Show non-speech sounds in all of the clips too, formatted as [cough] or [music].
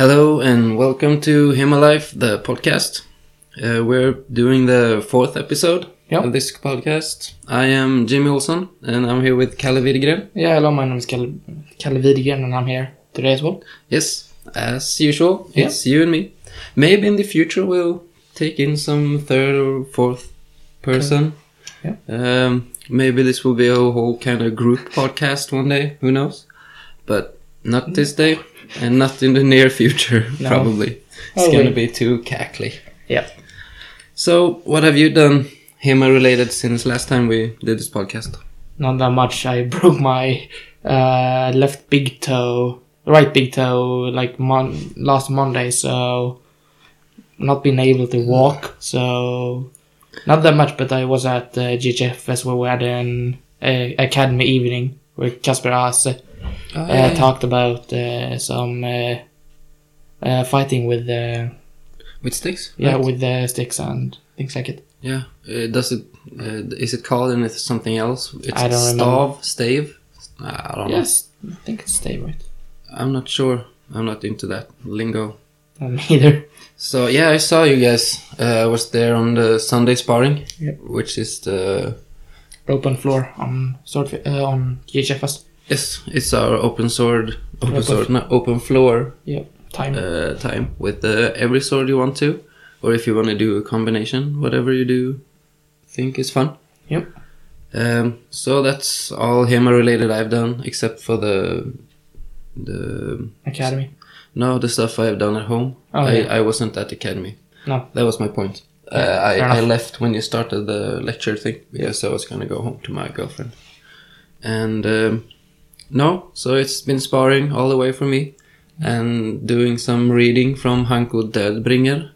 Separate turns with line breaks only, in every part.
Hello and welcome to Himalife, the podcast. Uh, we're doing the fourth episode
Yeah.
of this podcast. I am Jimmy Olson and I'm here with Kalle Widegren.
Yeah, hello, my name is Kalle, Kalle Widegren and I'm here today as well.
Yes, as usual,
Yeah.
it's you and me. Maybe in the future we'll take in some third or fourth person.
Okay.
Um, maybe this will be a whole kind of group podcast one day, who knows? But not this day and not in the near future, [laughs]
No.
probably. It's
Oh,
going to
wait.
be too cackly.
Yeah.
So, what have you done HEMA related since last time we did this podcast?
Not that much. I broke my uh, left big toe, right big toe, like mon- last Monday, so not been able to walk. So not that much, but I was at uh, GHF as well. We had an uh, academy evening where Casper Aase uh, talked about uh, some uh, uh, fighting with uh,
with sticks?
yeah
Right.
with uh, sticks and things like it.
yeah. Uh, does it? Uh, is it called and it's something else? It's
I don't
stav, stave. I don't
Yes, I think it's stay right.
know. I'm not sure. I'm not into that lingo.
Um, [laughs] either.
So yeah, I saw you guys. Uh, I was there on the Sunday sparring,
Yep.
which is the
Open floor on sort of, uh, on GHFS.
yes, it's our open sword, open,
Open
sword, no, open floor
Yeah, time.
uh, time with uh, every sword you want to, or if you want to do a combination, whatever you do, think is fun.
Yep.
Um, so that's all HEMA related I've done, except for the the
Academy.
no the stuff I've done at home.
Oh,
I,
yeah.
I wasn't at academy.
No.
That was my point. uh,
Yeah, fair
I, I
enough.
left when you started the lecture thing because I was gonna go home to my girlfriend. And um, no, so it's been sparring all the way for me, and doing some reading from Hanko Delbringer.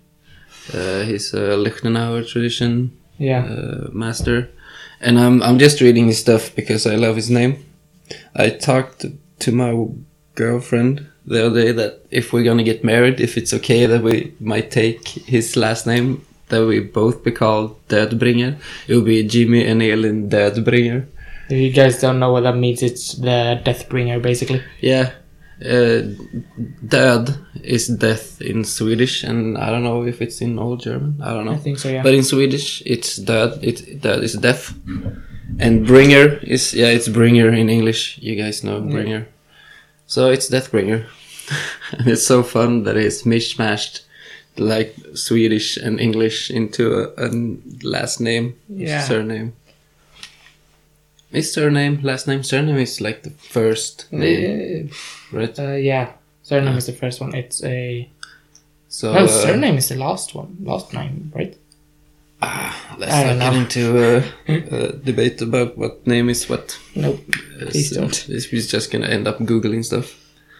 Uh, he's a Lichtenauer tradition
Yeah.
uh, master, and I'm I'm just reading his stuff because I love his name. I talked to my girlfriend the other day that if we're gonna get married, if it's okay that we might take his last name, that we both be called Dödbringer. It would be Jimmy and Elin Dödbringer.
if you guys don't know what that means, it's the Deathbringer, basically.
Yeah. Uh, död is death in Swedish, and I don't know if it's in Old German. I don't know.
I think so, yeah.
Oh. But in Swedish, it's död. It död is death, and bringer is yeah, it's bringer in English. You guys know bringer, so it's death bringer, [laughs] and it's so fun that it's mishmashed like Swedish and English into a, a last name,
Yeah.
surname. His surname, last name, surname is like the first name, right?
Uh, yeah. Surname is the first one. It's a.
So
No,
uh,
surname is the last one. Last name, right?
let's
I
not
don't
get
know.
into a,
[laughs]
a debate about what name is what.
Nope. Please
So
don't.
This is just gonna end up googling stuff.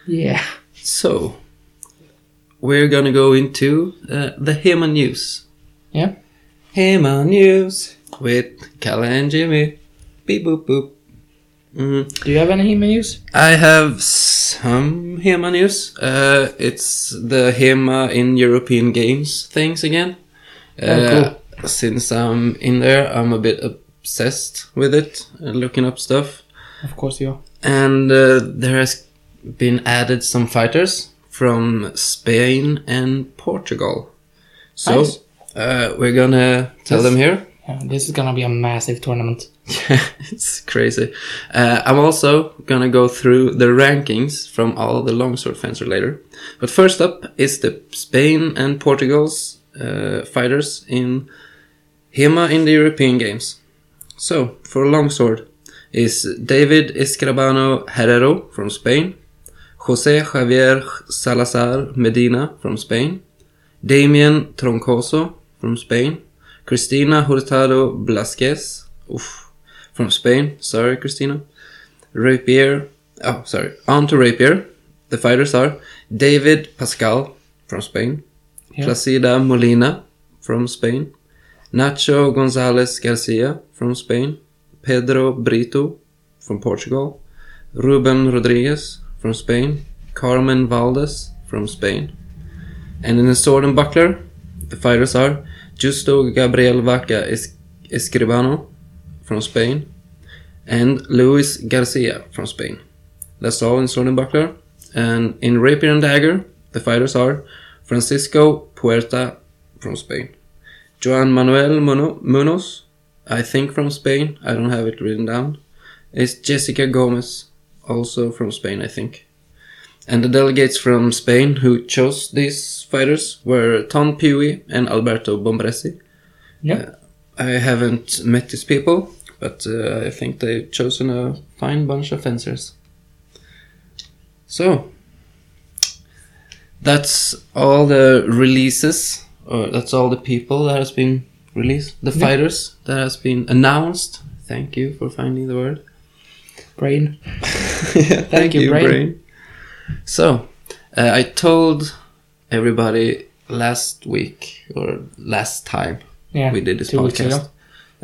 Yeah.
So we're gonna go into uh, the HEMA news.
Yeah.
HEMA news with Kalle and Jimmy. Beep boop boop. Mm,
Do you have any email news?
I have some HEMA news. Uh, it's the HEMA in European Games things again. Uh, Since I'm in there, I'm a bit obsessed with it, uh, looking up stuff
Of course you are.
and uh, there has been added some fighters from Spain and Portugal. So
Nice.
uh, we're gonna tell them here.
Yeah, this is gonna be a massive tournament.
[laughs] it's crazy. Uh, I'm also gonna go through the rankings from all the longsword fencer later. But first up is the Spain and Portugal's uh, fighters in HEMA in the European Games. So for longsword is David Escribano Herrero from Spain, Jose Javier Salazar Medina from Spain, Damian Troncoso from Spain, Cristina Hurtado Blasquez oof, from Spain. Sorry, Cristina. Rapier. Oh, sorry. On to Rapier. The fighters are David Pascal from Spain,
Yeah.
Placida Molina from Spain, Nacho Gonzalez Garcia from Spain, Pedro Brito from Portugal, Ruben Rodriguez from Spain, Carmen Valdes from Spain. And in the sword and buckler, the fighters are Justo Gabriel Vaca Es- Escribano from Spain and Luis Garcia from Spain. That's all in sword and buckler. And in rapier and dagger, The fighters are Francisco Puerta from Spain, Joan Manuel Muno- Munoz, I think from Spain, I don't have it written down, is Jessica Gomez, also from Spain, I think. And the delegates from Spain who chose these fighters were Tom Pewee and Alberto Bombresi.
Yeah.
Uh, I haven't met these people, but uh, I think they've chosen a fine bunch of fencers. So, that's all the releases, or that's all the people that has been released, the
Yeah.
fighters that has been announced. Thank you for finding the word.
brain. [laughs]
Yeah, thank
you,
you,
brain.
brain. So, uh, I told everybody last week or last time
Yeah.
we did this
two weeks
podcast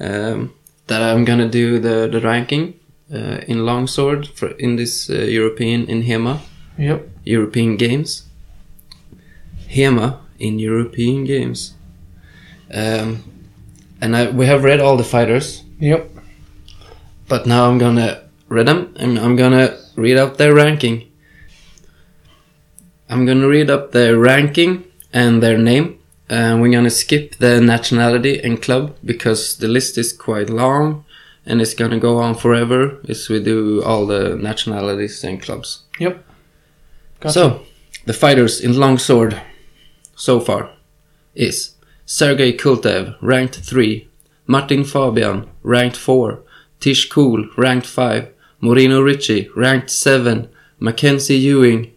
ago.
um, that I'm gonna do the the ranking uh, in longsword for in this uh, European in HEMA
Yep.
European Games. HEMA in European Games, um, and I, we have read all the fighters,
Yep.
but now I'm gonna read them and I'm gonna read out their ranking. I'm gonna read up their ranking and their name, and we're gonna skip the nationality and club because the list is quite long and it's gonna go on forever as we do all the nationalities and clubs.
Yep. Gotcha.
So, the fighters in longsword so far is Sergey Kultev, ranked 3, Martin Fabian, ranked 4, Tish Cool, ranked 5, Morino Ricci, ranked 7, Mackenzie Ewing,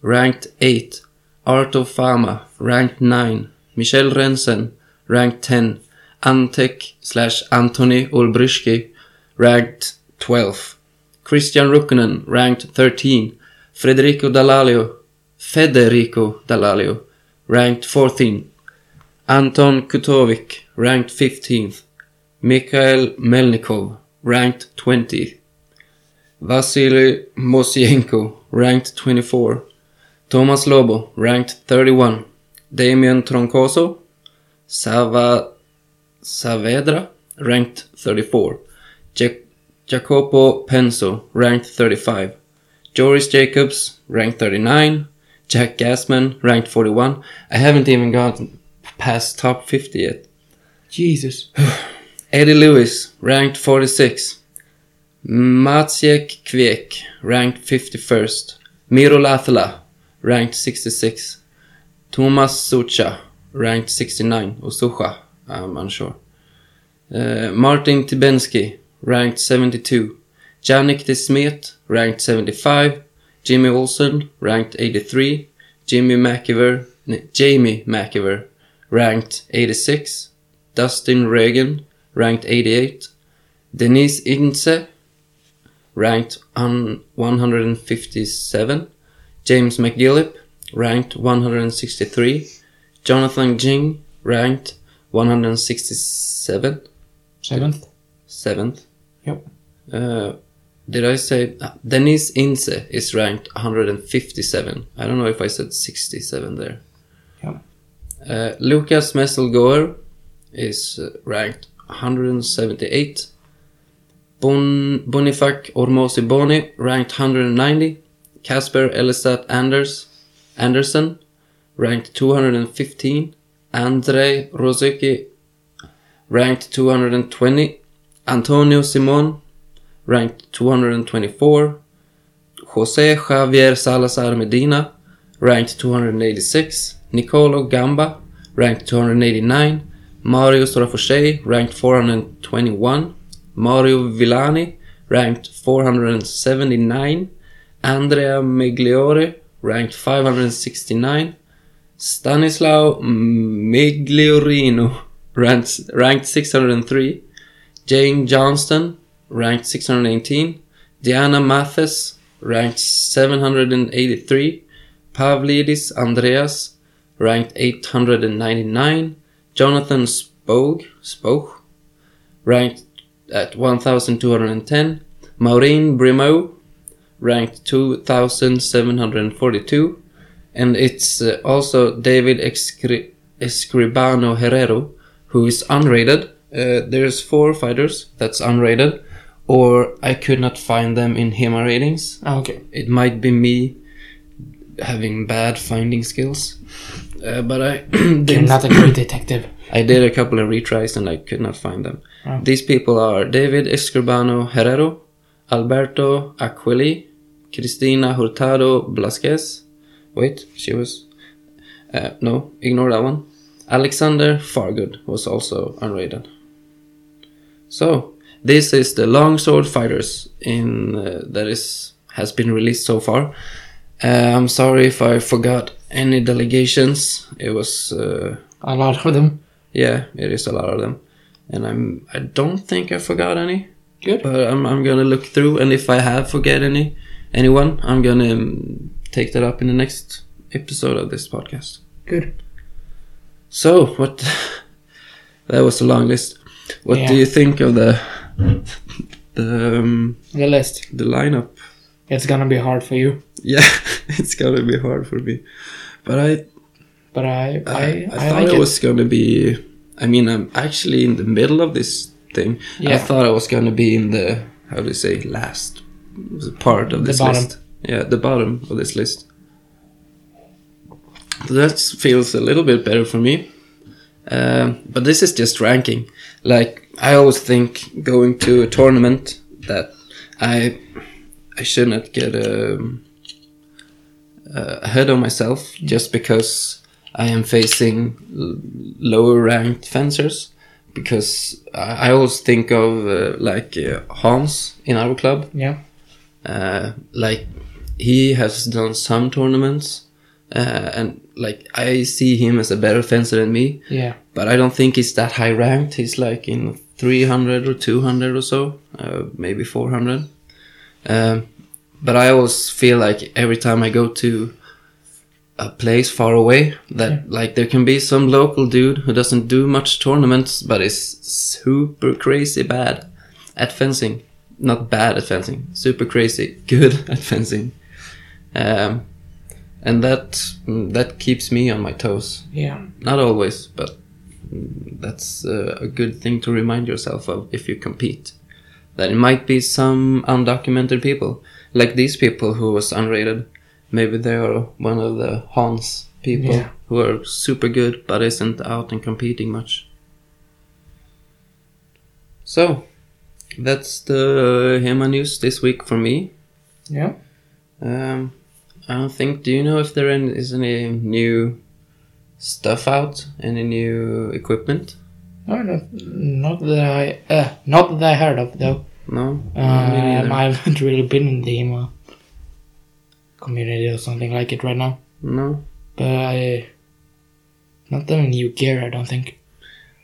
ranked 8, Art of Fama, ranked 9, Michel Rensen, ranked 10, Antek slash Antoni Ulbrishki, ranked 12, Christian Rukunen, ranked 13, Federico Dallalio, Federico Dallalio, ranked 14, Anton Kutovic, ranked 15th, Mikhail Melnikov, ranked 20th, Vasily Mosienko, ranked 24, Thomas Lobo, ranked 31. Damian Troncoso, Sava Saavedra, ranked 34. Ja- Jacopo Penso, ranked 35. Joris Jacobs, ranked 39. Jack Gasman, ranked 41. I haven't even gotten past top 50 yet.
Jesus.
Eddie Lewis, ranked 46. Maciek Kwiek, ranked 51st. Miro Lathala, ranked 66. Thomas Sucha, ranked 69. Or Sucha, I'm unsure. Uh, Martin Tibensky, ranked 72. Janik de Smet, ranked 75. Jimmy Olsen, ranked 83. Jimmy McIver, n- Jamie McIver, ranked 86. Dustin Reagan, ranked 88. Denise Ince, ranked on 157. James McGillip, ranked 163. Jonathan Jing, ranked 167.
Seventh.
Seventh.
Yep.
Uh, did I say ah, Denise Ince is ranked 157? I don't know if I said 67 there.
Yep.
Uh, Lucas Messelgoer is uh, ranked 178. Bon Bonifac Ormosi Boni ranked 190. Casper Elisat Anders Anderson ranked 215. Andrei Rosicki ranked 220. Antonio Simon, ranked 224. Jose Javier Salazar Medina, ranked 286. Nicolo Gamba, ranked 289. Marius Rafochet, ranked 421. Mario Villani, ranked 479. Andrea Migliore, ranked 569. Stanislao [laughs] Migliorino, ranked, ranked 603. Jane Johnston, ranked 618. Diana Mathis, ranked 783. Pavlidis Andreas, ranked 899. Jonathan Spoge, Spoge ranked at 1210. Maureen Brimo, ranked 2742. And it's uh, also David Escri- Escribano Herrero, who is unrated. Uh, there's four fighters that's unrated, or I could not find them in HEMA ratings.
Ah, okay.
It might be me having bad finding skills. Uh, but I [clears throat]
You're
didn't.
not a good detective.
I did a couple of retries and I could not find them.
Oh.
These people are David Escribano Herrero, Alberto Aquili, Cristina Hurtado Blasquez. Wait, she was. Uh, no, ignore that one. Alexander Fargood was also unrated. So this is the Longsword Fighters in uh, that is has been released so far. Uh, I'm sorry if I forgot any delegations. It was. Uh,
A lot of them.
yeah, it is a lot of them, and I'm I don't think I forgot any.
Good.
But I'm I'm gonna look through, and if I have forget any anyone, I'm gonna um, take that up in the next episode of this podcast.
Good.
So what? [laughs] that was a long list. What do
Yeah.
you think of the [laughs] the um,
The list.
the lineup? [laughs]
It's gonna be hard for you,
Yeah, [laughs] it's gonna be hard for me, but I
but I
Uh,
I,
I,
I,
thought
like
it,
it.
was going to be. I mean, I'm actually in the middle of this thing. I
Yeah.
thought I was going to be in the how do you say last part of
The
this
bottom.
list. Yeah, the bottom of this list. That feels a little bit better for me. Um, but this is just ranking. Like I always think, going to a tournament that I I should not get um, uh, ahead of myself just because I am facing l- lower ranked fencers. Because I I always think of uh, like uh, Hans in our club.
Yeah.
Uh, like he has done some tournaments, uh, and like I see him as a better fencer than me
Yeah.
but I don't think he's that high ranked. He's like in 300 or 200 or so, uh, maybe 400. Um, but I always feel like every time I go to a place far away, that like there can be some local dude who doesn't do much tournaments but is super crazy bad at fencing. Not bad at fencing, super crazy [laughs] good at fencing. Um, and that that keeps me on my toes
Yeah.
not always, but mm, that's uh, a good thing to remind yourself of if you compete. That it might be some undocumented people, like these people who was unrated. Maybe they are one of the Hans people
Yeah.
who are super good but isn't out and competing much. So, that's the HEMA news this week for me.
Yeah.
Um, I don't think. Do you know if there an- is any new stuff out? Any new equipment?
No, no, not that I uh, not that I heard of though.
No. Me
Um,
neither.
I haven't really been in the emo community or something like it right now.
no.
But I not that new gear. I don't think.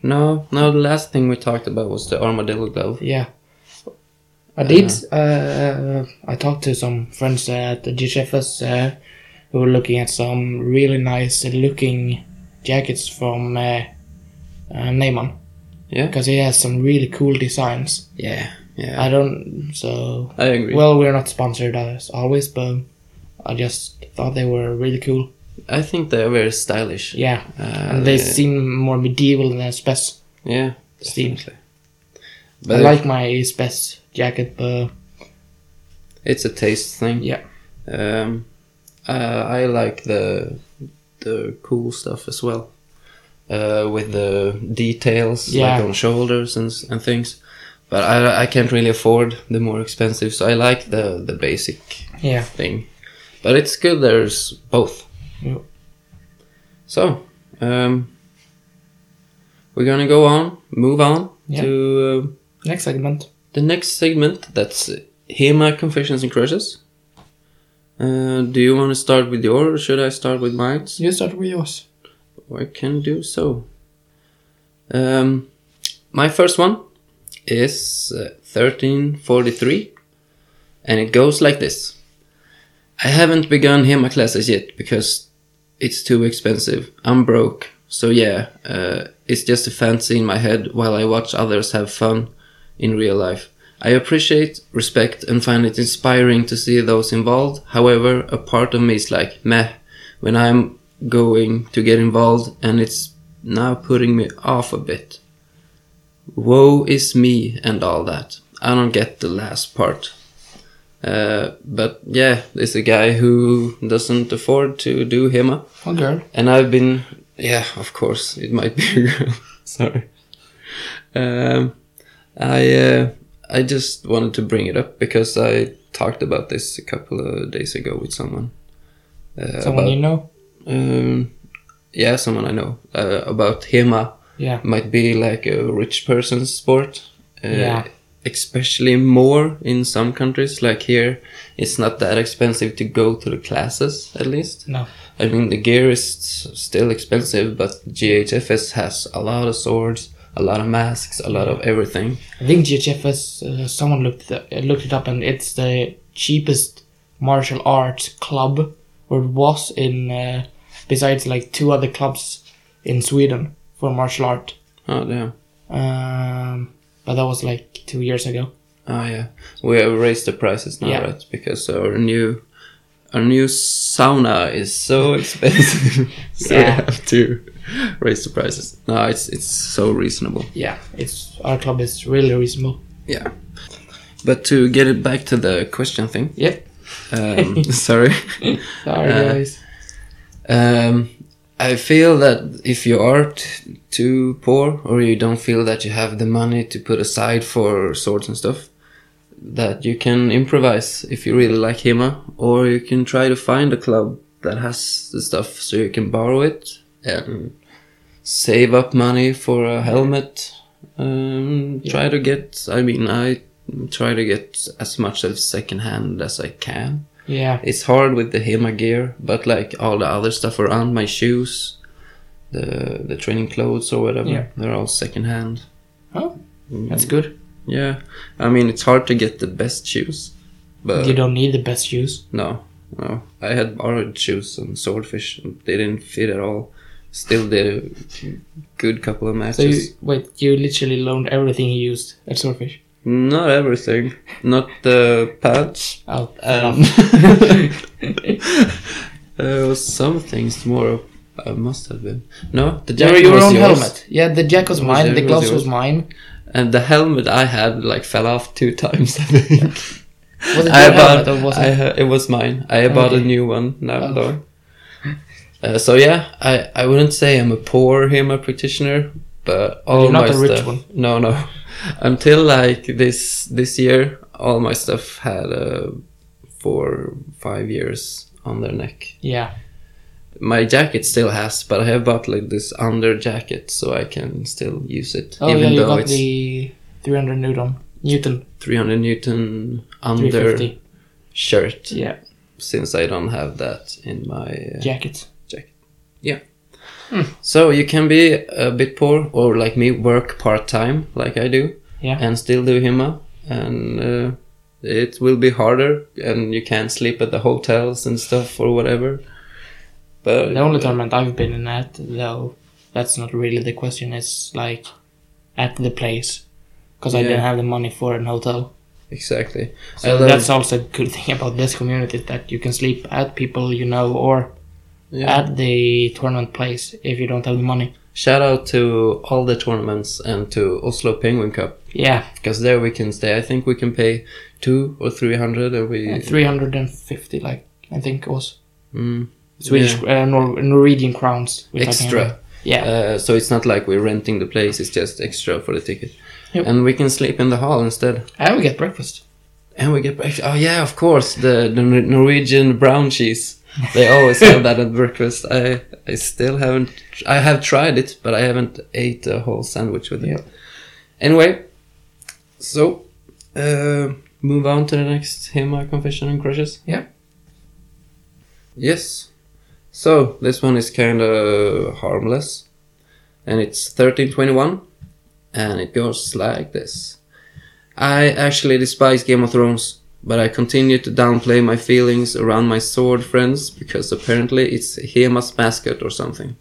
No. No. The last thing we talked about was the armadillo glove.
Yeah. I did. Uh, I talked to some friends at the GFS uh, who were looking at some really nice looking jackets from uh, uh, Neyman
Yeah.
because he has some really cool designs.
Yeah. Yeah.
I don't. So
I, agree.
well, we're not sponsored as always, but I just thought they were really cool.
I think they're very stylish.
Yeah,
Uh,
and they seem more medieval than Spes.
Yeah.
Steam.
definitely.
I
But
like my Spes jacket, but
it's a taste thing.
yeah,
Um, uh, I like the the cool stuff as well, uh, with the details like
Yeah.
on shoulders and s- and things. But I I can't really afford the more expensive, so I like the the basic
yeah,
thing. But it's good. There's both.
Yeah.
So um, we're gonna go on, move on
Yeah.
to. Uh,
next segment.
the next segment that's HEMA confessions and crushes. Uh, do you want to start with your or should I start with mine?
You start with yours.
I can do so. Um, my first one is uh, 1343 and it goes like this. I haven't begun HEMA classes yet because it's too expensive. I'm broke. So yeah, uh, it's just a fancy in my head while I watch others have fun in real life. I appreciate, respect, and find it inspiring to see those involved. However, a part of me is like, meh, when I'm going to get involved, and it's now putting me off a bit. Woe is me and all that. I don't get the last part. Uh, but yeah, it's a guy who doesn't afford to do him up.
Or girl.
And I've been, yeah, of course, it might be [laughs] a girl. Sorry. Um, I uh, I just wanted to bring it up because I talked about this a couple of days ago with someone. Uh,
Someone you know?
about, um, yeah, someone I know uh, about Hema
Yeah.
might be like a rich person's sport. Uh,
Yeah.
Especially more in some countries, like here, it's not that expensive to go to the classes, at least.
No.
I mean, the gear is s- still expensive, but GHFS has a lot of swords, a lot of masks, a lot of everything.
I think GHFS, uh, someone looked it, uh, looked it up and it's the cheapest martial arts club or it was in, uh, besides like two other clubs in Sweden for martial art.
Oh, damn.
Um, but that was like two years ago.
Oh, yeah. We have raised the prices now,
Yeah.
right? Because our new our new sauna is
[laughs]
so expensive. so we
Yeah.
have to raise the prices. No, it's it's so reasonable.
Yeah, it's our club is really reasonable.
Yeah. But to get it back to the question thing,
Yep. [laughs]
um, sorry.
Sorry
Uh,
guys.
Um, I feel that if you are t- too poor or you don't feel that you have the money to put aside for swords and stuff, that you can improvise if you really like Hema, or you can try to find a club that has the stuff so you can borrow it and save up money for a helmet. Um, Try to get, I mean, I try to get as much of secondhand as I can
Yeah.
it's hard with the Hema gear, but like all the other stuff around my shoes, the the training clothes or whatever,
Yeah.
they're all secondhand.
Oh, that's good.
Yeah, I mean it's hard to get the best shoes, but
You don't need the best shoes.
no, no. I had borrowed shoes and swordfish, and they didn't fit at all. Still did a good couple of
So you,
matches.
wait, you literally loaned everything you used at Swordfish.
Not everything, not the pads.
Oh, [laughs]
Um, There was Uh, some things more. I must have been no. The
There were
jacket
your
was
own
yours.
helmet. Yeah, the jack was mine.
yours,
the
it
gloves
was
was,
yours.
mine.
and the helmet I had like fell off two [laughs] times. I think.
Was it
I
your
bought.
helmet or was
I,
it?
ha- it was mine. I bought a
Okay.
new one now
Oh.
though. Uh, so yeah, I, I wouldn't say I'm a poor HEMA practitioner, but all
you're not
my
a rich
stuff.
one.
No, no. Until like this this year, all my stuff had uh, four five years on their neck.
Yeah.
My jacket still has, but I have bought like this under jacket, so I can still use it,
Oh
even
yeah, you
though
got
it's
the 300 Newton. Newton.
300 newton under
350.
shirt
Yeah.
since I don't have that in my uh,
Jacket.
so you can be a bit poor or like me work part time like I do
Yeah.
and still do hima and uh, it will be harder and you can't sleep at the hotels and stuff or whatever but
The only tournament I've been in at, though, that's not really the question. It's like at the place, because I
Yeah.
didn't have the money for an hotel.
exactly I
So
love-
that's also a good [laughs] thing about this community that you can sleep at people you know or
yeah.
at the tournament place if you don't have the money.
shout out to all the tournaments and to Oslo Penguin Cup
Yeah,
because there we can stay I think we can pay two or three hundred and we
three hundred and fifty, like I think it was
Mm,
Swedish uh, Nor- Norwegian crowns. we're talking
extra
about. Yeah,
Uh, so it's not like we're renting the place; it's just extra for the ticket,
Yep.
and we can sleep in the hall instead.
and we get breakfast.
And we get breakfast. Oh yeah, of course, the, the Nor- Norwegian brown cheese. They always have that at breakfast. I I still haven't. I have tried it, but I haven't ate a whole sandwich with it.
Yep.
Anyway, so uh, move on to the next Hema confession and crushes.
Yeah.
Yes. So this one is kind of harmless, and it's thirteen twenty one, and it goes like this. I actually despise Game of Thrones, but I continue to downplay my feelings around my sword friends because apparently it's Hema's mascot or something.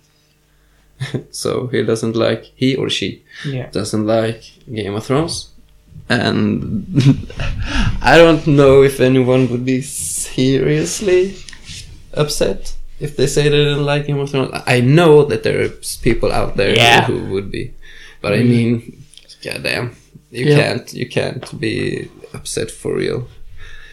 [laughs] so he doesn't like he or she
Yeah,
doesn't like Game of Thrones. And [laughs] I don't know if anyone would be seriously upset if they say they didn't like Game of Thrones. I know that there are people out there
Yeah. Mm.
who would be, but I mean, goddamn, you
Yeah.
can't you can't be upset for real.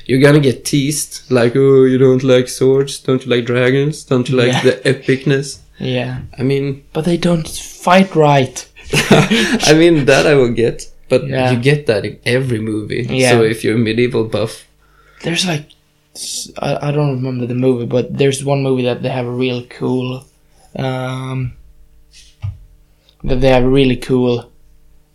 you're gonna get teased like oh you don't like swords don't you like dragons don't you like
Yeah.
the epicness
Yeah.
i mean
But they don't fight right.
[laughs] i mean that i will get but
Yeah.
you get that in every movie
Yeah.
so if you're a medieval buff
There's like, s- I, I don't remember the movie, but there's one movie that they have a real cool, um, that they have a really cool,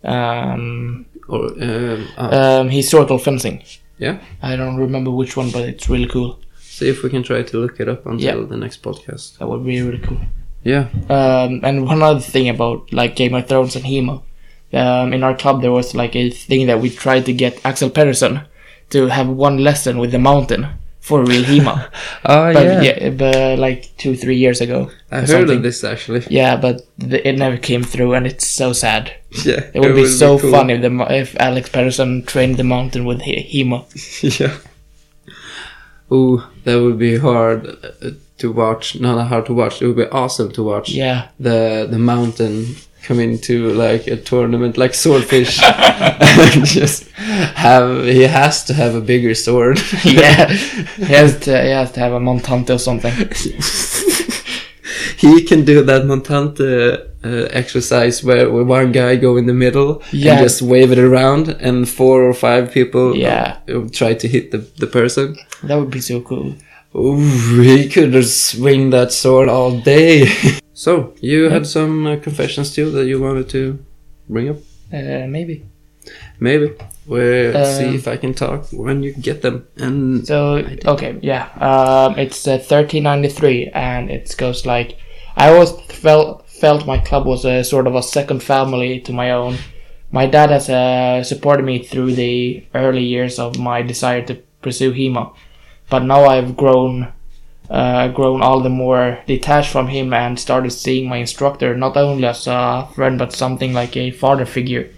um,
or um, ah,
um, historical fencing.
Yeah.
I don't remember which one, but it's really cool.
see if we can try to look it up until
Yeah.
the next podcast
That would be really cool.
yeah
Um, and one other thing about like Game of Thrones and Hemo, um, in our club there was like a thing that we tried to get Axel Pedersen to have one lesson with the mountain for real [laughs] Hemo.
oh
but
yeah.
yeah, but like two three years ago.
i
or
heard
something.
of this actually [laughs]
Yeah, but the, it never came through, and it's so sad.
yeah
It would be so
cool.
fun if the mo- if Alex Pedersen trained the mountain with he- [laughs] Hemo.
[laughs] yeah. Ooh, that would be hard uh, to watch. Not hard to watch. It would be awesome to watch.
Yeah,
The the mountain come into like a tournament like
[laughs]
swordfish. [laughs] and just have he has to have a bigger sword.
[laughs]
[laughs]
yeah. he has to he has to have a montante or [laughs] something.
he can do that montante uh, exercise where, where one guy go in the middle
Yeah.
and just wave it around, and four or five people
Yeah.
uh, try to hit the, the person.
That would be so cool.
Ooh, he could just swing that sword all day. [laughs] so, you had some uh, confessions too that you wanted to bring up?
Uh, maybe.
Maybe. We'll see
Um,
if I can talk when you get them. And
So okay, yeah. Um, it's uh, thirteen ninety three, and it goes like I always felt felt my club was a sort of a second family to my own. My dad has uh, supported me through the early years of my desire to pursue HEMA, but now I've grown. Uh, grown all the more detached from him and started seeing my instructor not only as a friend but something like a father figure,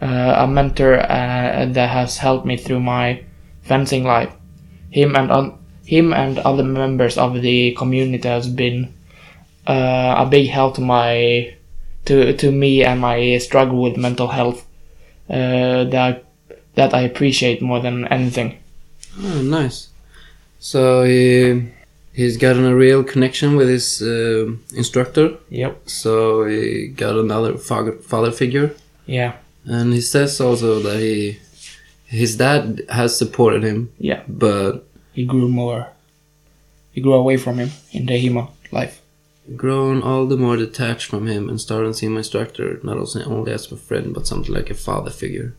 uh, a mentor uh, that has helped me through my fencing life him and on him and other members of the community has been uh, a big help to my to to me and my struggle with mental health uh, that that I appreciate more than anything.
oh, nice. So he he's gotten a real connection with his uh, instructor.
Yep.
So he got another father, father figure,
Yeah.
and he says also that he his dad has supported him,
Yeah.
but
He grew more. He grew away from him in the Hima life.
grown all the more detached from him and started seeing my instructor not also only as a friend but something like a father figure.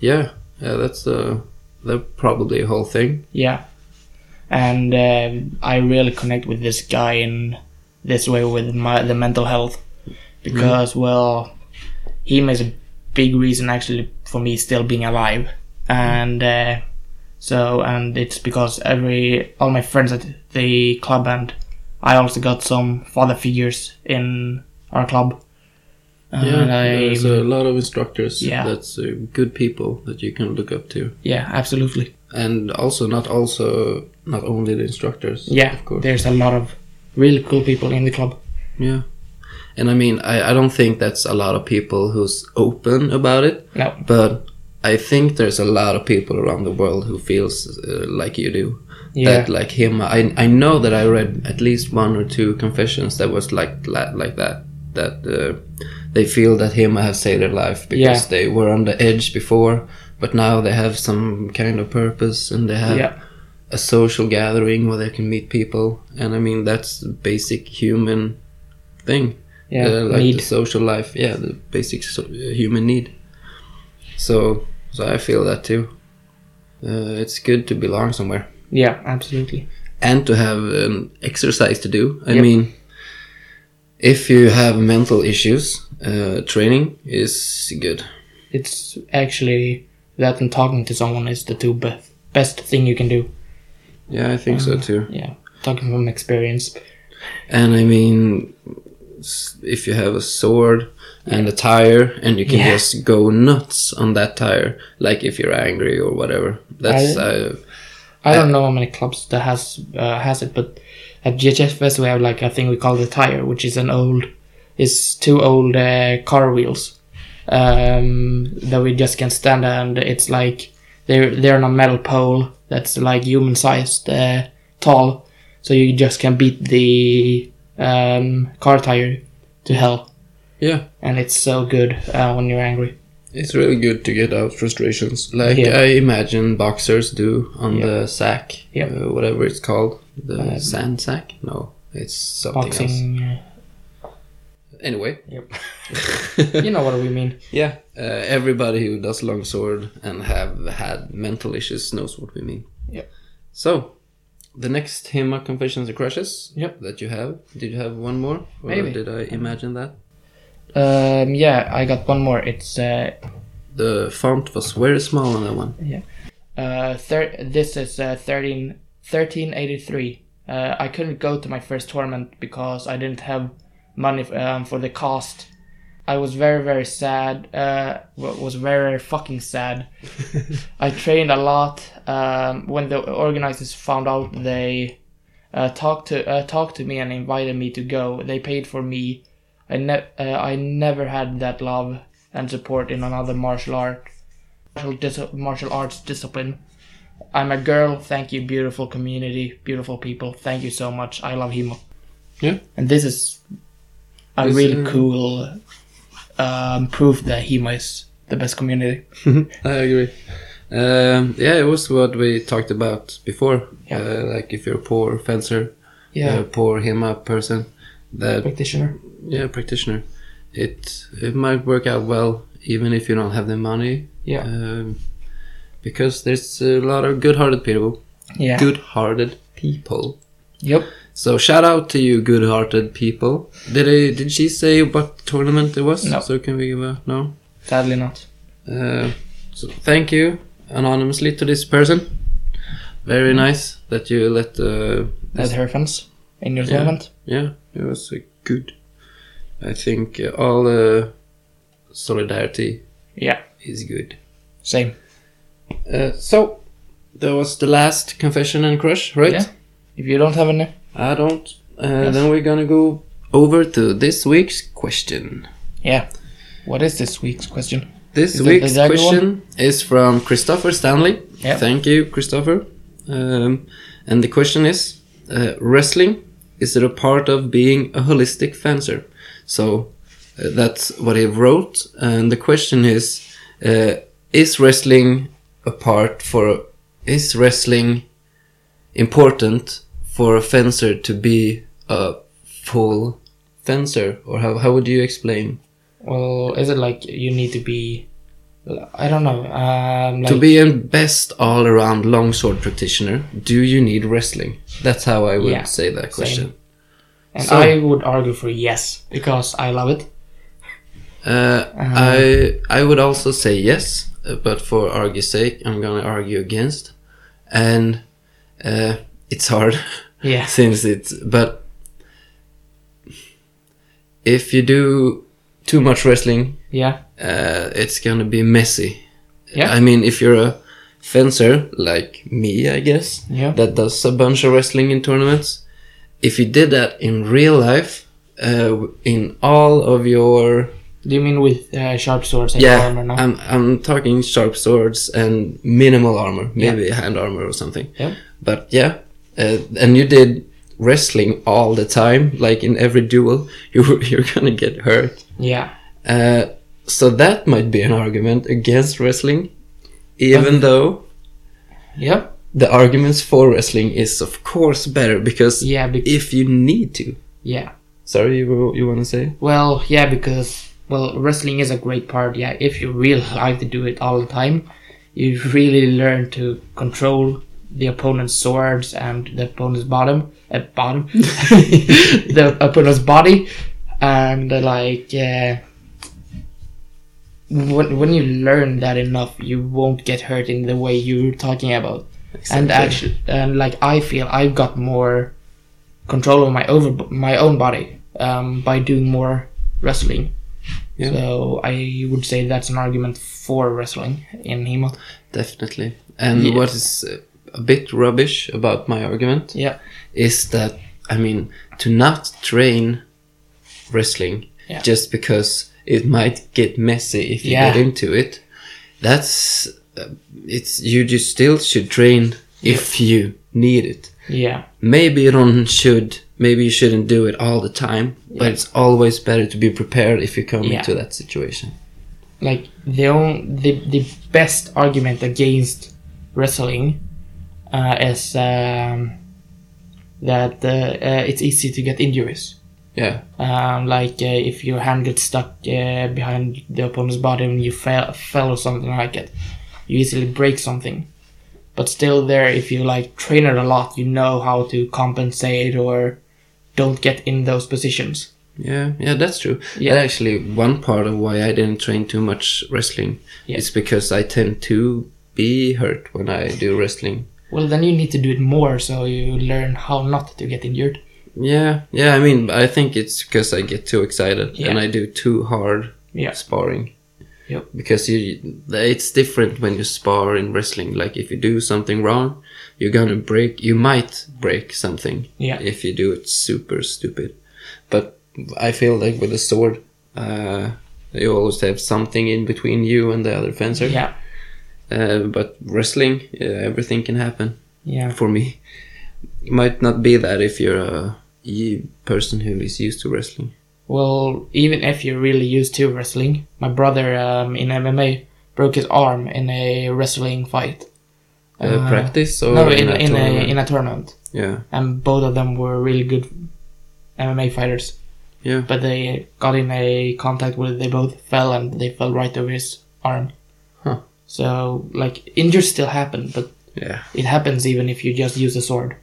Yeah, yeah, that's uh, that probably a whole thing.
Yeah. And um I really connect with this guy in this way with my the mental health
Mm.
because well, him is a big reason actually for me still being alive, and uh, so and it's because every all my friends at the club and I also got some father figures in our club.
yeah,
And I-
there's a lot of instructors.
Yeah.
that's uh, good people that you can look up to,
yeah, absolutely.
and also not also not only the instructors.
Yeah,
of course.
there's a lot of really cool people in the club.
Yeah, and I mean I I don't think that's a lot of people who's open about it.
No,
but I think there's a lot of people around the world who feels uh, like you do.
Yeah.
That like him, I I know that I read at least one or two confessions that was like like, like that. That uh, they feel that him have saved their life because
Yeah.
they were on the edge before, but now they have some kind of purpose and they have
Yeah.
a social gathering where they can meet people. And I mean that's the basic human thing
yeah,
uh, like
need.
the social life yeah the basic so, uh, human need so so i feel that too uh, it's good to belong somewhere
Yeah, absolutely.
and to have an exercise to do i
Yep.
mean if you have mental issues uh, training is good
it's actually that and talking to someone is the two best best thing you can do.
yeah i think
Mm.
so too
Yeah, talking from experience.
and i mean s- if you have a sword and a tire and you can
Yeah.
just go nuts on that tire like if you're angry or whatever that's
I-
uh,
I don't know how many clubs that has uh, has it, but at GHS Fest we have like a thing we call the tire, which is an old, is two old uh, car wheels um, that we just can stand and it's like they're they're on a metal pole that's like human sized uh, tall, so you just can beat the um, car tire to hell,
Yeah,
and it's so good uh, when you're angry.
it's really good to get out frustrations, like
Yeah.
I imagine boxers do on
Yeah.
the sack,
Yeah.
uh, whatever it's called, the
Um,
sand sack. No, it's something else.
Boxing, uh,
Anyway,
yep. [laughs] you know what we mean.
[laughs] yeah, uh, everybody who does longsword and have had mental issues knows what we mean.
Yeah.
So, the next Hema confessions and crushes
Yep.
that you have, did you have one more, or
Maybe.
did I imagine that?
Um, yeah, I got one more. It's uh,
The font was very small on that one.
Uh, thir- this is uh, 13, 1383. Uh, I couldn't go to my first tournament because I didn't have money f- um, for the cost. I was very, very sad. Uh, w- was very, very fucking sad. I trained a lot. Um, when the organizers found out, they uh, talked to uh, talked to me and invited me to go. They paid for me. I ne- uh, I never had that love and support in another martial art martial, dis- martial arts discipline. I'm a girl. Thank you, beautiful community, beautiful people. Thank you so much. I love Himo.
Yeah.
And this is a
This,
really
uh,
cool um, proof that Himo is the best community. Mm-hmm.
I agree. Um, yeah, it was what we talked about before.
Yeah.
Uh, like if you're a poor fencer,
Yeah.
a poor HEMA person, that
Practitioner.
yeah practitioner, it it might work out well even if you don't have the money.
Yeah.
Um, because there's a lot of good-hearted people.
yeah.
Good-hearted people.
Yep.
So shout out to you, good-hearted people. Did I, did she say what tournament it was?
No.
So can we give a no?
Sadly not.
Uh, so thank you anonymously to this person. Very nice that you let. Uh,
That
this-
happens in your
Yeah.
tournament.
yeah, it was uh, good. I think uh, all uh, solidarity
Yeah.
is good.
Same.
Uh, so that was the last confession and crush, right?
Yeah. If you don't have any.
I don't. Uh, Then we're gonna go over to this week's question.
Yeah. What is this week's question?
This
Is that the
week's
Zago
question is from Christopher Stanley.
Yeah.
Thank you, Christopher. Um, and the question is uh, Wrestling, is it a part of being a holistic fencer? So uh, that's what he wrote. And the question is uh, Is wrestling a part for. Is wrestling important for a fencer to be a full fencer? Or how, how would you explain?
Well, is it like you need to be? I don't know. Um, like,
to be a best all around longsword practitioner, do you need wrestling? That's how I would
Yeah,
say that question.
And
So-
I would argue for yes because I love it.
Uh,
Uh-huh.
I I would also say yes, uh, but for argue's sake, I'm gonna argue against, and uh, it's hard [laughs]
Yeah.
since it's but if you do too much wrestling,
Yeah.
uh, it's gonna be messy.
Yeah.
I mean, if you're a fencer like me, I guess,
Yeah.
that does a bunch of wrestling in tournaments, if you did that in real life, uh, w- in all of your
Do you mean with uh, sharp swords and
yeah, Um,
armor now?
I'm I'm talking sharp swords and minimal armor, maybe hand armor or something.
Yeah.
But yeah, uh, and you did wrestling all the time, like in every duel, [laughs] you you're gonna get hurt.
yeah.
Uh, so that might be an argument against wrestling, even though
Yeah.
the arguments for wrestling is of course better because
Yeah. Be-
if you need to.
yeah.
Sorry, you you want to
[laughs]
say?
Well, yeah, because well, wrestling is a great part. Yeah, if you really [laughs] like to do it all the time, you really learn to control the opponent's swords and the opponent's bottom, uh, bottom, the opponent's body, and uh, like uh, when when you learn that enough, you won't get hurt in the way you're talking about. And actually, and like I feel I've got more control over my over my own body um, by doing more wrestling.
Yeah.
So I would say that's an argument for wrestling in Hemo.
definitely. And
Yeah.
what is uh, a bit rubbish about my argument
Yeah,
is that I mean to not train wrestling
Yeah.
just because it might get messy if you
Yeah.
get into it. That's uh, it's you just still should train if you need it.
Yeah.
Maybe you don't should. Maybe you shouldn't do it all the time. But it's always better to be prepared if you come
Yeah.
into that situation.
like the on, the the best argument against wrestling uh, is um, that uh, uh, it's easy to get injuries.
Yeah.
Um, like uh, if your hand gets stuck uh, behind the opponent's body when you fell, fell or something like it, you easily break something. But still, there if you like train it a lot, you know how to compensate or don't get in those positions.
Yeah, yeah, that's true.
Yeah.
Yeah, actually, one part of why I didn't train too much wrestling
Yeah.
is because I tend to be hurt when I do wrestling.
Well, then you need to do it more so you learn how not to get injured.
Yeah, yeah. I mean, I think it's because I get too excited
Yeah.
and I do too hard
Yeah.
sparring.
Yep.
Because you, it's different when you spar in wrestling. Like if you do something wrong, you're gonna break. You might break something.
Yeah.
If you do it super stupid, but I feel like with a sword, uh, you always have something in between you and the other fencer.
Yeah.
Uh, but wrestling, uh, everything can happen
Yeah.
for me. It might not be that if you're a you person who is used to wrestling.
Well, even if you're really used to wrestling, my brother um, in MMA broke his arm in a wrestling fight.
Uh, practice or
no, in, in, a,
tournament?
in a tournament,
yeah,
and both of them were really good MMA fighters.
yeah,
But they got in a contact where they both fell, and they fell right over his arm.
Huh.
So, like, injuries still happen, but
yeah,
it happens even if you just use a sword.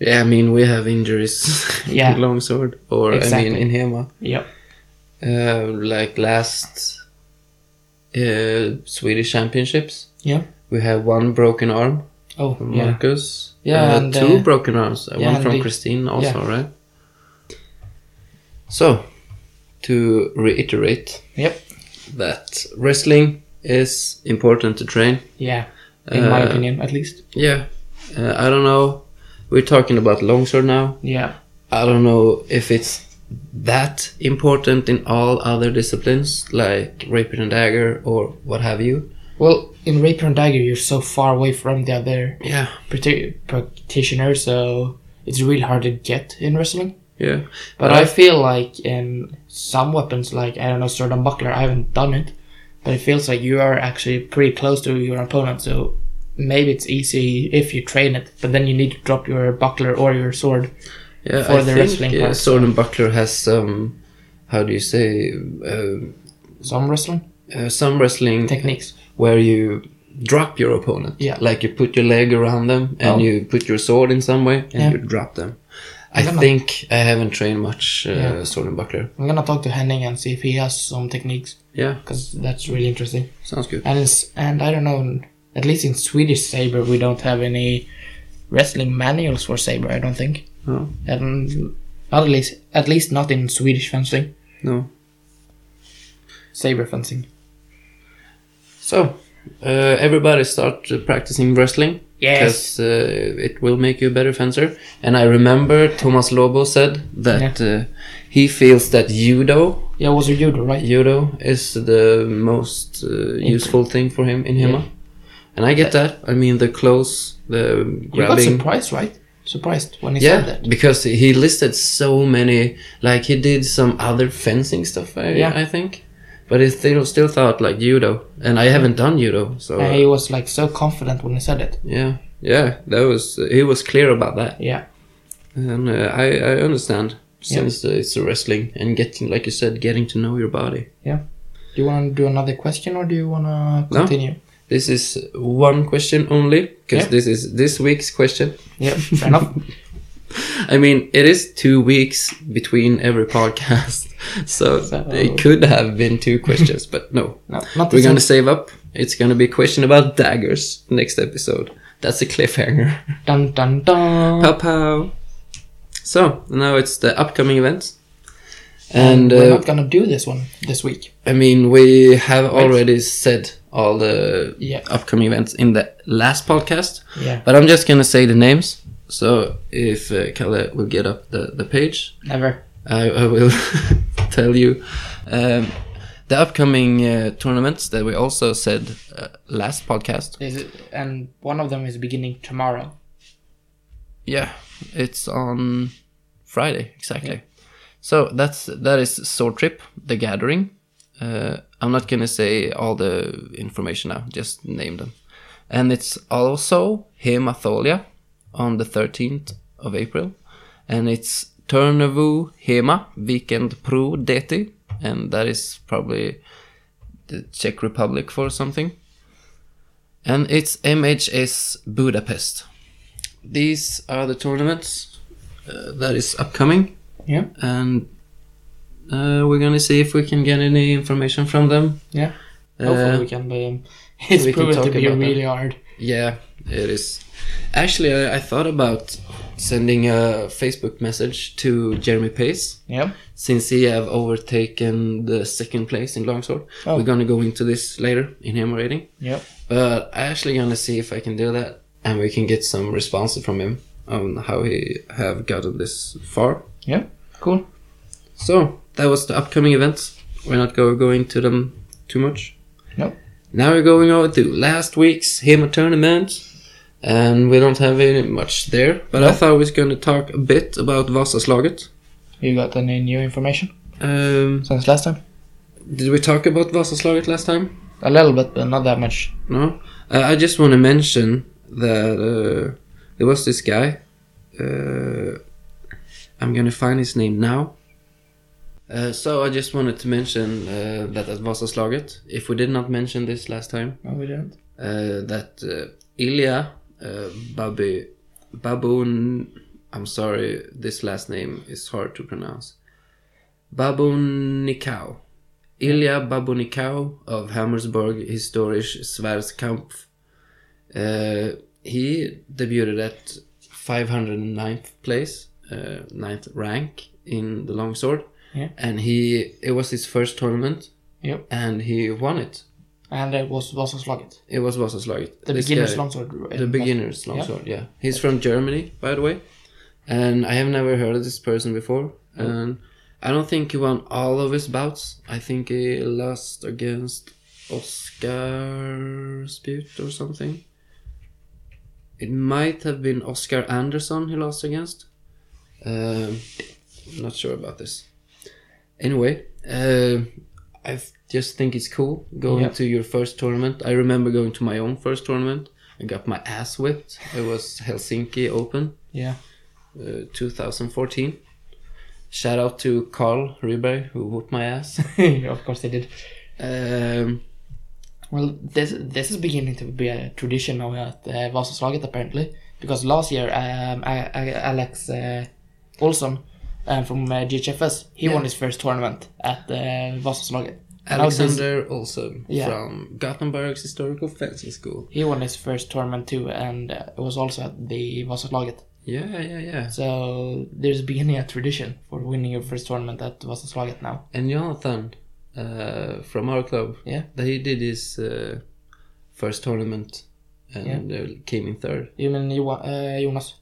yeah. I mean, we have injuries. [laughs]
Yeah.
with longsword or I
Exactly.
mean in Hema.
Yep.
Uh, like last uh, Swedish championships,
Yeah.
we have one broken arm
Oh,
from
yeah.
Marcus.
Yeah,
Uh,
and,
two
uh,
broken arms. Uh,
yeah,
one
and
from
the-
Christine also, right? So, to reiterate,
Yep.
that wrestling is important to train.
Yeah. In my
Uh,
opinion, at least.
Yeah. Uh, I don't know. We're talking about longsword now.
Yeah.
I don't know if it's that important in all other disciplines like rapier and dagger or what have you.
Well, in Rapier and Dagger, you're so far away from the other
Yeah.
practi- practitioner, so it's really hard to get in wrestling.
Yeah.
But I feel like in some weapons, like I don't know, sword and buckler, I haven't done it, but it feels like you are actually pretty close to your opponent. So maybe it's easy if you train it, but then you need to drop your buckler or your sword.
yeah,
for
I
the
think,
wrestling
yeah,
part.
sword and buckler has some how do you say um
Some wrestling
uh, some wrestling
techniques.
where you drop your opponent.
Yeah.
Like you put your leg around them and
Oh.
you put your sword in some way and
Yeah.
you drop them. I
Never mind.
think I haven't trained much uh,
Yeah.
sword and buckler.
I'm gonna talk to Henning and see if he has some techniques,
Yeah,
because that's really interesting.
sounds good.
And it's, and I don't know, at least in Swedish Saber, we don't have any wrestling manuals for Saber, I don't think.
No,
And not at least, at least not in Swedish fencing,
no.
Saber fencing.
So, uh, everybody start uh, practicing wrestling.
Yes.
Because uh, it will make you a better fencer. And I remember Thomas Lobo said that uh, he feels that judo
Yeah, it was a judo, right?
Judo is the most uh, useful thing for him in Hema. And I get that. I mean, the clothes, the
Uh, You got
grabbing.
surprised, right? Surprised when he
Yeah,
said that.
because he listed so many. Like, he did some other fencing stuff, I,
Yeah.
I think. But he still, still thought, like, judo. And I haven't done judo, so.
And he was like so confident when he said it.
yeah, yeah, that was. He was clear about that.
Yeah.
And uh, I, I understand.
Yeah.
Since uh, it's wrestling and getting, like you said, getting to know your body.
Do you want to do another question or do you want to
No.
continue?
This is one question only because
Yeah.
this is this week's question.
Yeah,
[laughs]
fair enough.
I mean, it is two weeks between every podcast, [laughs] so,
So-
it could have been two questions, but no.
[laughs] No, not
We're
this
gonna save up. It's gonna be a question about daggers next episode. That's a cliffhanger. [laughs]
Dun dun dun.
Pow pow. So now it's the upcoming events, and
We're
uh,
Um, not going to do this one this week.
I mean we have already said all the
Yeah.
upcoming events in the last podcast.
Yeah.
But I'm just gonna say the names. So if uh, Kalle will get up the, the page, [laughs]
Never.
I, I will tell you. Um, the upcoming uh, tournaments that we also said uh, last podcast.
Is it, and one of them is beginning tomorrow.
Yeah, it's on Friday exactly. So that's that is Sword Trip, the Gathering. Uh, I'm not gonna say all the information now. Just name them, and it's also Hematholia on the 13th of April, and it's Turnavu Hema Weekend Pro Deti, and that is probably the Czech Republic for something. And it's MHS Budapest. These are the tournaments uh, that is upcoming
Yeah,
and uh, we're gonna see if we can get any information from them.
yeah. Hopefully
Uh,
we can, but [laughs] um, it's
we can
proven to
talk
be
about that.
really hard.
yeah, it is. Actually, I, I thought about sending a Facebook message to Jeremy Pace
Yeah,
since he have overtaken the second place in longsword.
Oh.
We're gonna go into this later in him rating,
yeah.
but I actually gonna see if I can do that and we can get some responses from him on how he have gotten this far.
Yeah, cool.
So that was the upcoming events. We're not go- going to them too much.
No.
Now we're going over to last week's HEMA tournament, and we don't have any much there. But I thought we was going to talk a bit about Vasaslaget.
You got any new information
Um,
since last time?
did we talk about Vasaslaget last time?
A little bit, but not that much.
No. Uh, I just want to mention that uh, there was this guy. Uh, I'm gonna find his name now. Uh, so I just wanted to mention uh, that at Vasaslaget, if we did not mention this last time,
No, we didn't.
uh, that uh, Ilya uh, Babu Babun I'm sorry this last name is hard to pronounce Babunikau Ilya Babunikau of Hammersborg Historisch Svärdskampf uh, he debuted at 509th place uh, ninth rank in the longsword
Yeah.
and he it was his first tournament
Yep.
and he won it
And it was Vasaslaget.
it was Vasaslaget
The
This
beginner's
guy-
longsword.
the beginner's longsword, yeah. He's from Germany, by the way. And I have never heard of this person before. And I don't think he won all of his bouts. I think he lost against Oscar Spute or something. It might have been Oscar Anderson he lost against. Um, I'm not sure about this. Anyway, uh, I f- just think it's cool going
Yeah.
to your first tournament. I remember going to my own first tournament. I got my ass whipped. It was Helsinki Open
Yeah. [laughs]
uh, 2014. Shout out to Carl Ryberg who whooped my
[laughs]
ass.
of course they did.
um,
Well, this this is beginning to be a tradition now at uh, Vasaslaget apparently, because last year um, I, I, Alex uh, Olsson um, from uh, GHFS he won his first tournament at uh, Vasaslaget. And now this-
Alexander Olsen
Yeah.
from Gothenburg's Historical Fencing School.
he won his first tournament too, and uh, it was also at the Vasaslaget.
Yeah, yeah, yeah.
So there's beginning a tradition for winning your first tournament at Vasaslaget now.
And Jonathan uh, from our club.
Yeah.
that he did his uh, first tournament and uh, came in third.
You mean you won, uh, Jonas?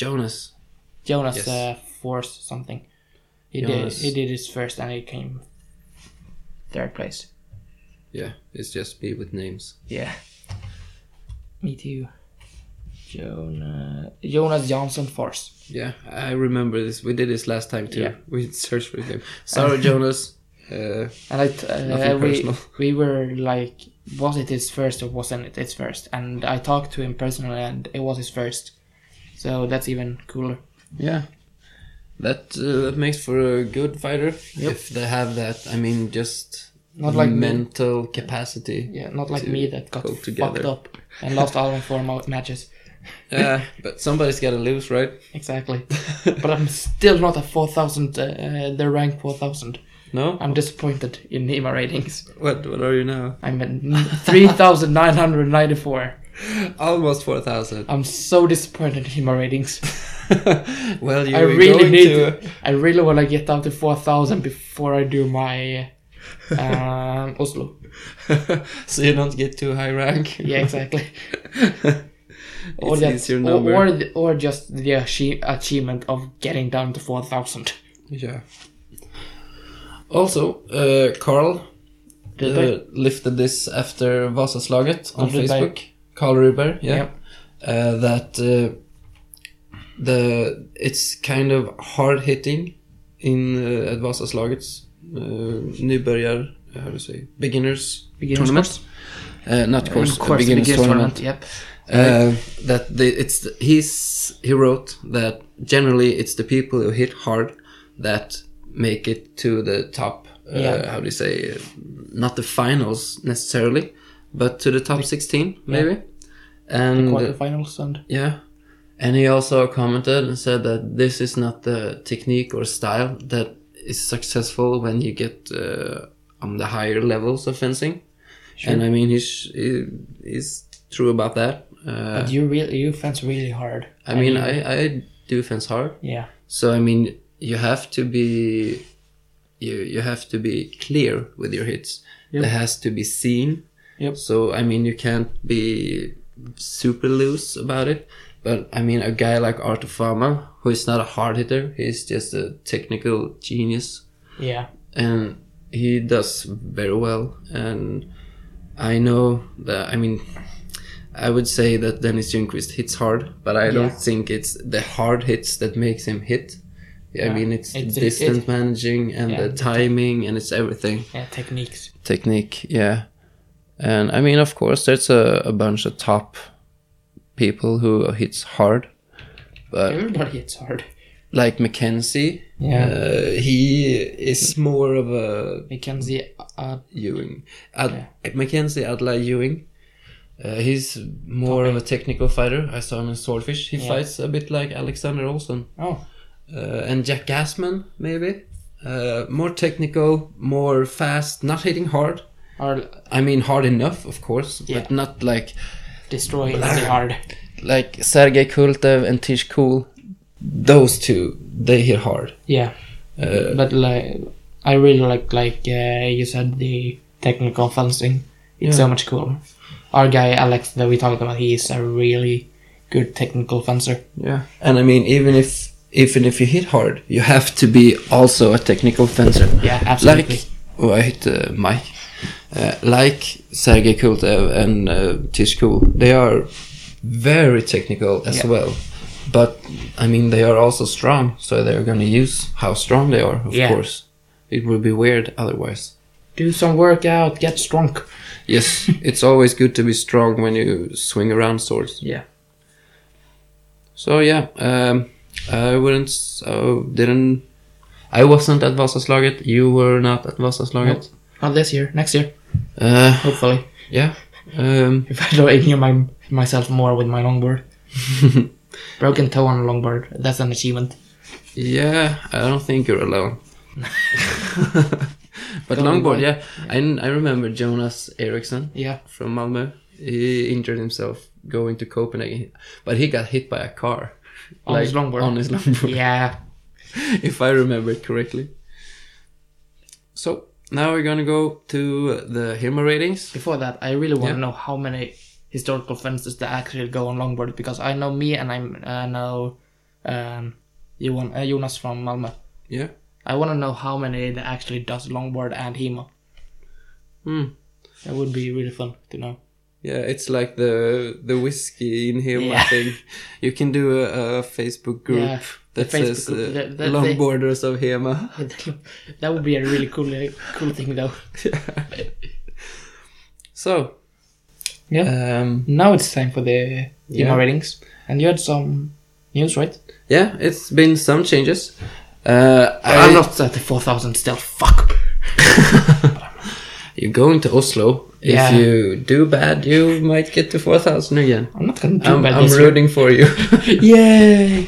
Jonas,
Jonas
Yes.
uh, Force something. He
Jonas.
did he did his first and he came third place.
yeah, it's just me with names.
Yeah. Me too. Jonas Jonas Johnson Force.
Yeah, I remember this. We did this last time too.
Yeah.
[laughs] We searched for his name.
[laughs]
Sorry, Jonas. Uh,
And I t- uh,
Nothing
we,
personal. [laughs]
we were like, was it his first or wasn't it his first? And I talked to him personally and it was his first. So that's even cooler.
yeah, that uh, that makes for a good fighter
Yep.
if they have that. I mean, just
Not like me.
mental capacity.
Yeah, not like
To
me that got
go
fucked
together.
up and lost all my four mo- matches.
[laughs] Yeah, but somebody's gotta lose, right? [laughs]
Exactly. [laughs] but I'm still not at 4,000, uh, the rank 4,000.
No.
I'm disappointed in HEMA ratings.
What What are you now?
I'm
[laughs]
at 3,994.
Almost four thousand.
I'm so disappointed in HEMA ratings.
well, you
I
were
really
going
need.
to-
I really want to get down to 4,000 before I do my um, [laughs] Oslo.
[laughs] so you don't get too high rank. [laughs]
Yeah, exactly.
it's
that-
easier
or,
number.
or, the- or just the achie- achievement of getting down to 4,000.
yeah. Also, uh, Carl
Rydberg.
uh, lifted this after Vasaslaget on
Rydberg.
Facebook. Carl Rydberg, yeah.
Yep.
Uh, that uh, the it's kind of hard hitting in uh, at Vasaslagets uh, nybörjar, uh, how do you say, beginners,
Beginners
tournament. Uh, not course, uh, beginners,
biggest
tournament.
Yep.
Uh, that the, it's the- he's he wrote that generally it's the people who hit hard that make it to the top. Uh,
Yeah.
How do you say? uh, Not the finals necessarily, but to the top sixteen maybe. And uh,
Quarterfinals and
yeah, and he also commented and said that this is not the technique or style that is successful when you get uh, on the higher levels of fencing. And I mean, he's he, he's true about that. Uh,
but you really you fence really hard.
I mean, I, I do fence hard.
yeah.
So I mean, you have to be, you you have to be clear with your hits.
Yep.
It has to be seen.
Yep.
So I mean, you can't be super loose about it. But I mean, a guy like Artur Fama, who is not a hard hitter, he's just a technical genius
Yeah.
and he does very well and i know that i mean i would say that dennis Jungquist hits hard but i don't
Yeah.
think it's the hard hits that makes him hit i mean it's the
It's- it-
distance
it-
managing and
Yeah.
the timing and it's everything
Yeah. Techniques.
technique yeah and i mean of course there's a, a bunch of top people who hits hard but
Everybody hits hard.
like mckenzie
Yeah.
uh, he is more of a
Mackenzie. Uh,
Ewing. Ad- Mackenzie Adlai Ewing. Uh, he's more of a technical fighter. I saw him in Swordfish. He fights a bit like Alexander Olsen.
oh.
Uh, and Jack Gassman, maybe. Uh, more technical, more fast, not hitting hard.
Or
I mean, hard enough, of course,
Yeah.
but not like
destroy really hard.
like Sergei Kultev and Tish Cool. Those two, they hit hard.
Yeah.
Uh,
but like I really like like uh, you said the technical fencing. It's so much cooler. Our guy Alex that we talked about, he is a really good technical fencer.
Yeah, and I mean, even if even if you hit hard, you have to be also a technical fencer.
Yeah, absolutely.
Like, oh, I hit uh, Mike. Uh, like Sergey Kultev and uh, Tish Cool, they are very technical as
Yeah.
well. But I mean, they are also strong, so they're going to use how strong they are. Of
Yeah.
course, it would be weird otherwise.
Do some workout, get strong.
Yes, [laughs] it's always good to be strong when you swing around swords.
Yeah.
So yeah, um, I wouldn't. s- Uh, didn't. I wasn't at Vasaslaget. You were not at Vasaslaget.
Not this year, next year,
Uh,
hopefully. [laughs]
yeah. Um,
If I don't injure my, myself more with my
[laughs]
longboard. Broken toe on a longboard, that's an achievement.
yeah. I don't think you're alone. [laughs] but
Don't
longboard,
worry.
yeah. I, I remember Jonas Eriksson
Yeah.
from Malmö. He injured himself going to Copenhagen, but he got hit by a car.
On his longboard.
On his longboard.
Yeah.
[laughs] if I remember it correctly. So now we're gonna go to the HIMA ratings.
Before that, I really want to
Yeah.
know how many historical fences that actually go on longboard because I know me and I'm, I know um, Johan, uh, Jonas from Malmö.
Yeah.
I want to know how many that actually does longboard and Hema.
Hmm.
That would be really fun to know. [laughs]
Yeah, it's like the the whiskey in HIMA
Yeah. [laughs]
thing. You can do a, a Facebook group
Yeah,
that
the Facebook
says
group,
uh,
that- that they-
longboarders of HIMA.
that would be a really cool, uh, cool thing though.
[laughs] So
Yeah.
um,
now it's time for the
Yeah.
Hema ratings, and you had some news, right?
yeah, it's been some changes. Uh,
I, am not at the four thousand still. Fuck.
You're going to Oslo.
Yeah.
If you do bad, you might get to four thousand again.
I'm not gonna do
I'm,
bad
I'm
this
rooting for
[laughs]
you.
year. Yay!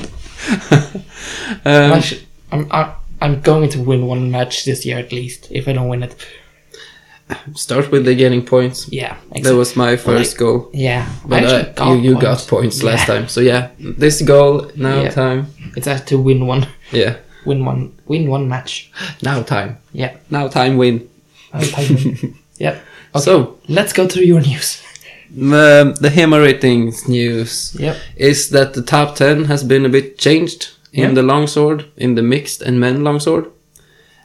Um,
I should, I'm, I, I'm going to win one match this year at least. If I don't win it,
start with the getting points.
yeah,
That was my first
like-
goal.
yeah.
But
I
uh,
actually got
you, you
points.
got points last
Yeah.
time. So yeah, this goal, now
Yeah.
time.
It's actually to win one,
Yeah,
win one, win one match.
now time.
Yeah.
Now time win. [laughs]
I'll type it. yep. Okay.
So,
let's go to your news.
The, the HEMA ratings news
Yep.
is that the top 10 has been a bit changed in
Yeah.
the longsword, in the mixed and men longsword.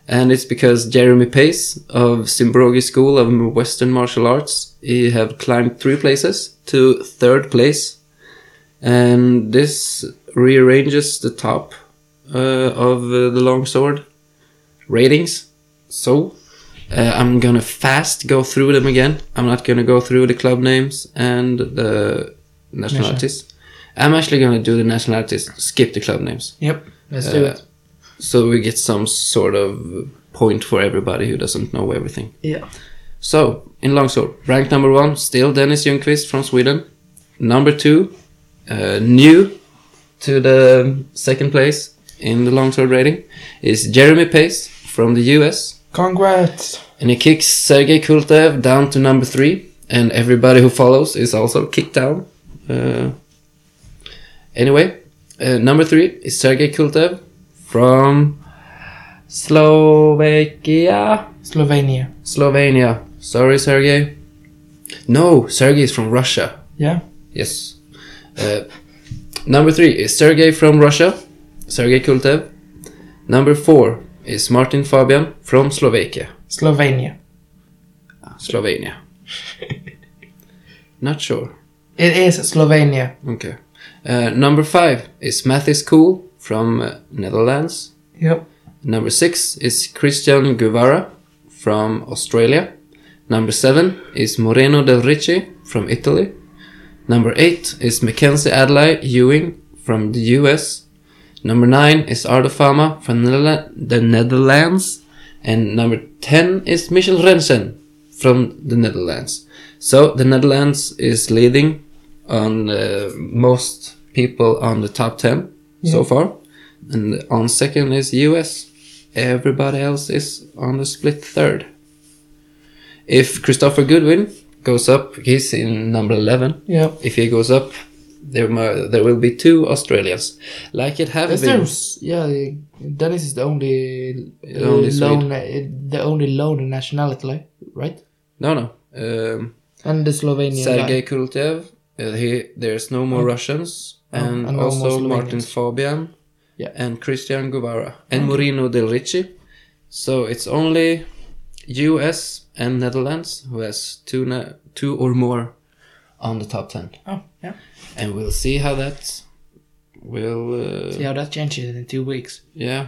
And it's because Jeremy Pace of Simbrogi School of Western Martial Arts, he have climbed three places to third place. And this rearranges the top uh, of uh, the longsword ratings. So uh, I'm gonna fast go through them again. I'm not gonna go through the club names and the nationalities. I'm actually gonna do the nationalities, skip the club names.
Yep. Let's do it.
So we get some sort of point for everybody who doesn't know everything.
Yeah.
So, in longsword, rank number one, still Dennis Ljungqvist from Sweden. Number two, uh, new to the second place in the longsword rating, is Jeremy Pace from the US.
Congrats.
And he kicks Sergei Kultev down to number three, and everybody who follows is also kicked down. Uh, anyway, uh, number three is Sergei Kultev from Slovakia.
Slovenia.
Slovenia. Sorry, Sergey. No, Sergey is from Russia.
Yeah.
Yes. Uh, number three is Sergey from Russia, Sergey Kultev. Number four is Martin Fabian from Slovakia,
Slovenia.
[laughs] Slovenia. Not sure.
It is Slovenia.
Okay. Uh, number five is Mathis Cool from uh, Netherlands.
Yep.
Number six is Christian Guevara from Australia. Number seven is Moreno del Ricci from Italy. Number eight is Mackenzie Adlai Ewing from the US. Number nine is Ardo Fama from Nela- the Netherlands. And number 10 is Michel Rensen from the Netherlands. So the Netherlands is leading on uh, most people on the top 10 so far. And on second is US. Everybody else is on the split third. If Christopher Goodwin goes up, he's in number 11.
Yep.
If he goes up, there, mu- there will be two Australians. Like it have
Is
been.
there, s- yeah, the- Dennis is the only,
The only Swede.
lone, uh, the only lone nationality, like, right?
No, no. Um,
And the Slovenian
Sergei Kurultev. Uh, he, there's no more Russians. And,
and Mm. no
also
more
Martin
Slovenians.
Fabian.
Yeah.
And Christian Guevara. And Moreno Del Ricci. So it's only US and Netherlands who has two, na- two or more on the top 10.
guy. Oh, yeah.
And we'll see how that will. Uh,
See how that changes in two weeks.
yeah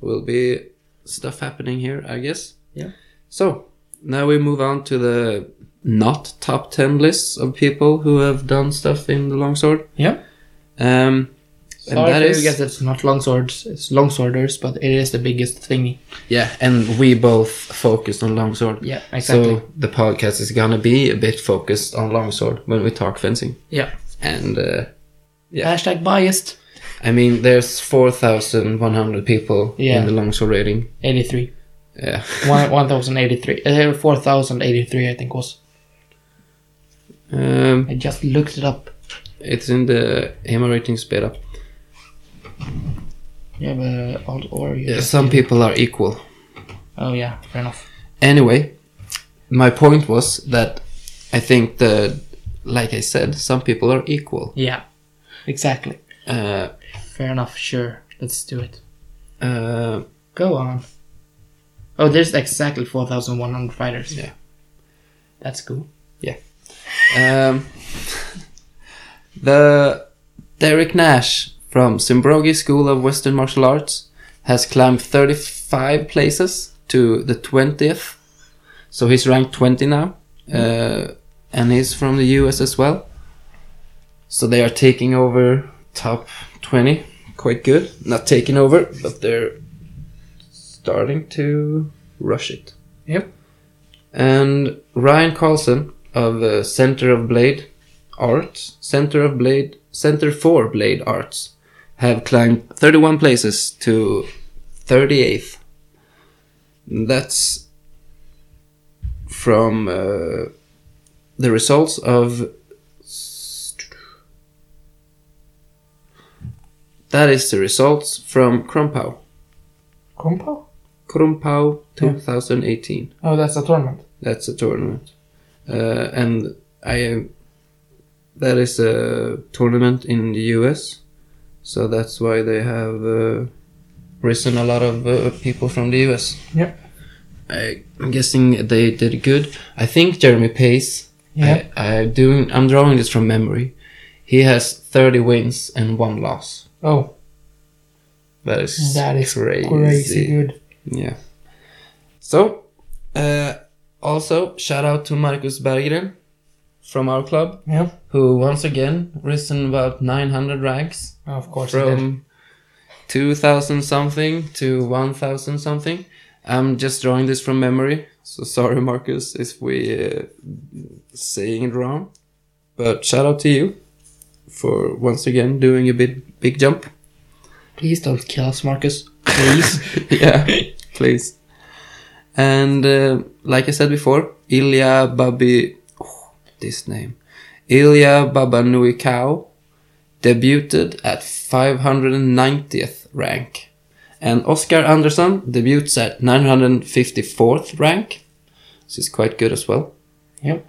will be stuff happening here i guess
Yeah.
so now we move on to the not top 10 lists of people who have done stuff in the longsword
Yeah.
um and
Sorry
that
for
is
you guys, it's not longswords, it's longsworders, but it is the biggest thingy.
yeah and we both focused on longsword
Yeah, exactly.
so the podcast is gonna be a bit focused on longsword when we talk fencing
Yeah.
and uh, Yeah.
Hashtag biased.
i mean there's 4100 people
Yeah.
in the longsword rating
83.
yeah
One- [laughs] 1083. Uh, 4083, I think was.
um
I just looked it up.
it's in the hammer rating sped up
Yeah, but all, or you
Yeah,
just-
some people are equal.
Oh, yeah, fair enough.
Anyway, my point was that I think the, like I said, some people are equal.
Yeah, exactly.
Uh,
Fair enough, sure. Let's do it.
uh,
Go on. Oh, there's exactly 4,100 fighters.
Yeah.
That's cool.
um, the Derek Nash from Simbrogi School of Western Martial Arts has climbed 35 places to the 20th. So he's ranked 20 now. Uh, and he's from the US as well. So they are taking over top 20. Quite good. Not taking over, but they're starting to rush it.
Yep.
And Ryan Carlson of uh, Center of Blade Arts, Center of Blade, Center for Blade Arts, have climbed 31 places to 38th. That's from uh, the results of. That is the results from Krumpau.
Compo?
Krumpau 2018.
Oh, that's a tournament.
That's a tournament. Uh, and I um, that is a tournament in the US. So that's why they have uh, risen a lot of uh, people from the US.
Yep.
I- I'm guessing they did good. I think Jeremy Pace.
Yeah.
I, I doing. I'm drawing this from memory. He has 30 wins and one loss.
oh,
That is
that is
crazy.
crazy, good.
Yeah. So, uh, also shout out to Marcus Berggren from our club,
Yeah.
who once again risen about 900 ranks.
Oh, Of course. he did.
from 2000 something to 1000 something. I'm just drawing this from memory, so sorry, Marcus, if we uh, saying it wrong. But shout out to you for once again doing a big big jump.
Please don't kill us, Marcus. Please.
[laughs] yeah, please. And uh, like I said before, Ilya Babi, oh, this name, Ilya Babanuikau, debuted at 590th rank, and Oscar Anderson debuts at 954th rank, which is quite good as well.
yep.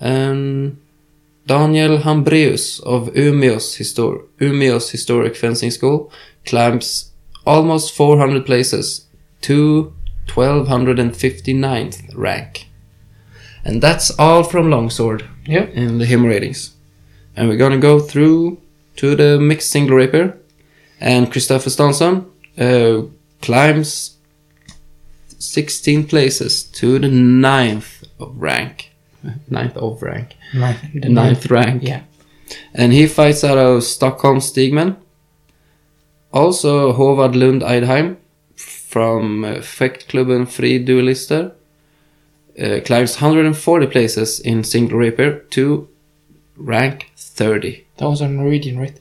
Um, Daniel Hambreus of Umeå's, histor- Umeå's Historic Fencing School climbs almost 400 places to 1259th rank. And that's all from Longsword
Yep.
in the him ratings. And we're gonna go through to the mixed single rapier. And Kristoffer Stansson uh, climbs 16 places to the ninth of rank. [laughs] Ninth of rank.
Ninth. the
Ninth rank.
Yeah.
And he fights out of Stockholm Stigman. Also Håvard Lund Eidheim from uh, Fäktklubben Fri Duelister uh, climbs 140 places in single rapier to rank 30.
That was a Norwegian, right?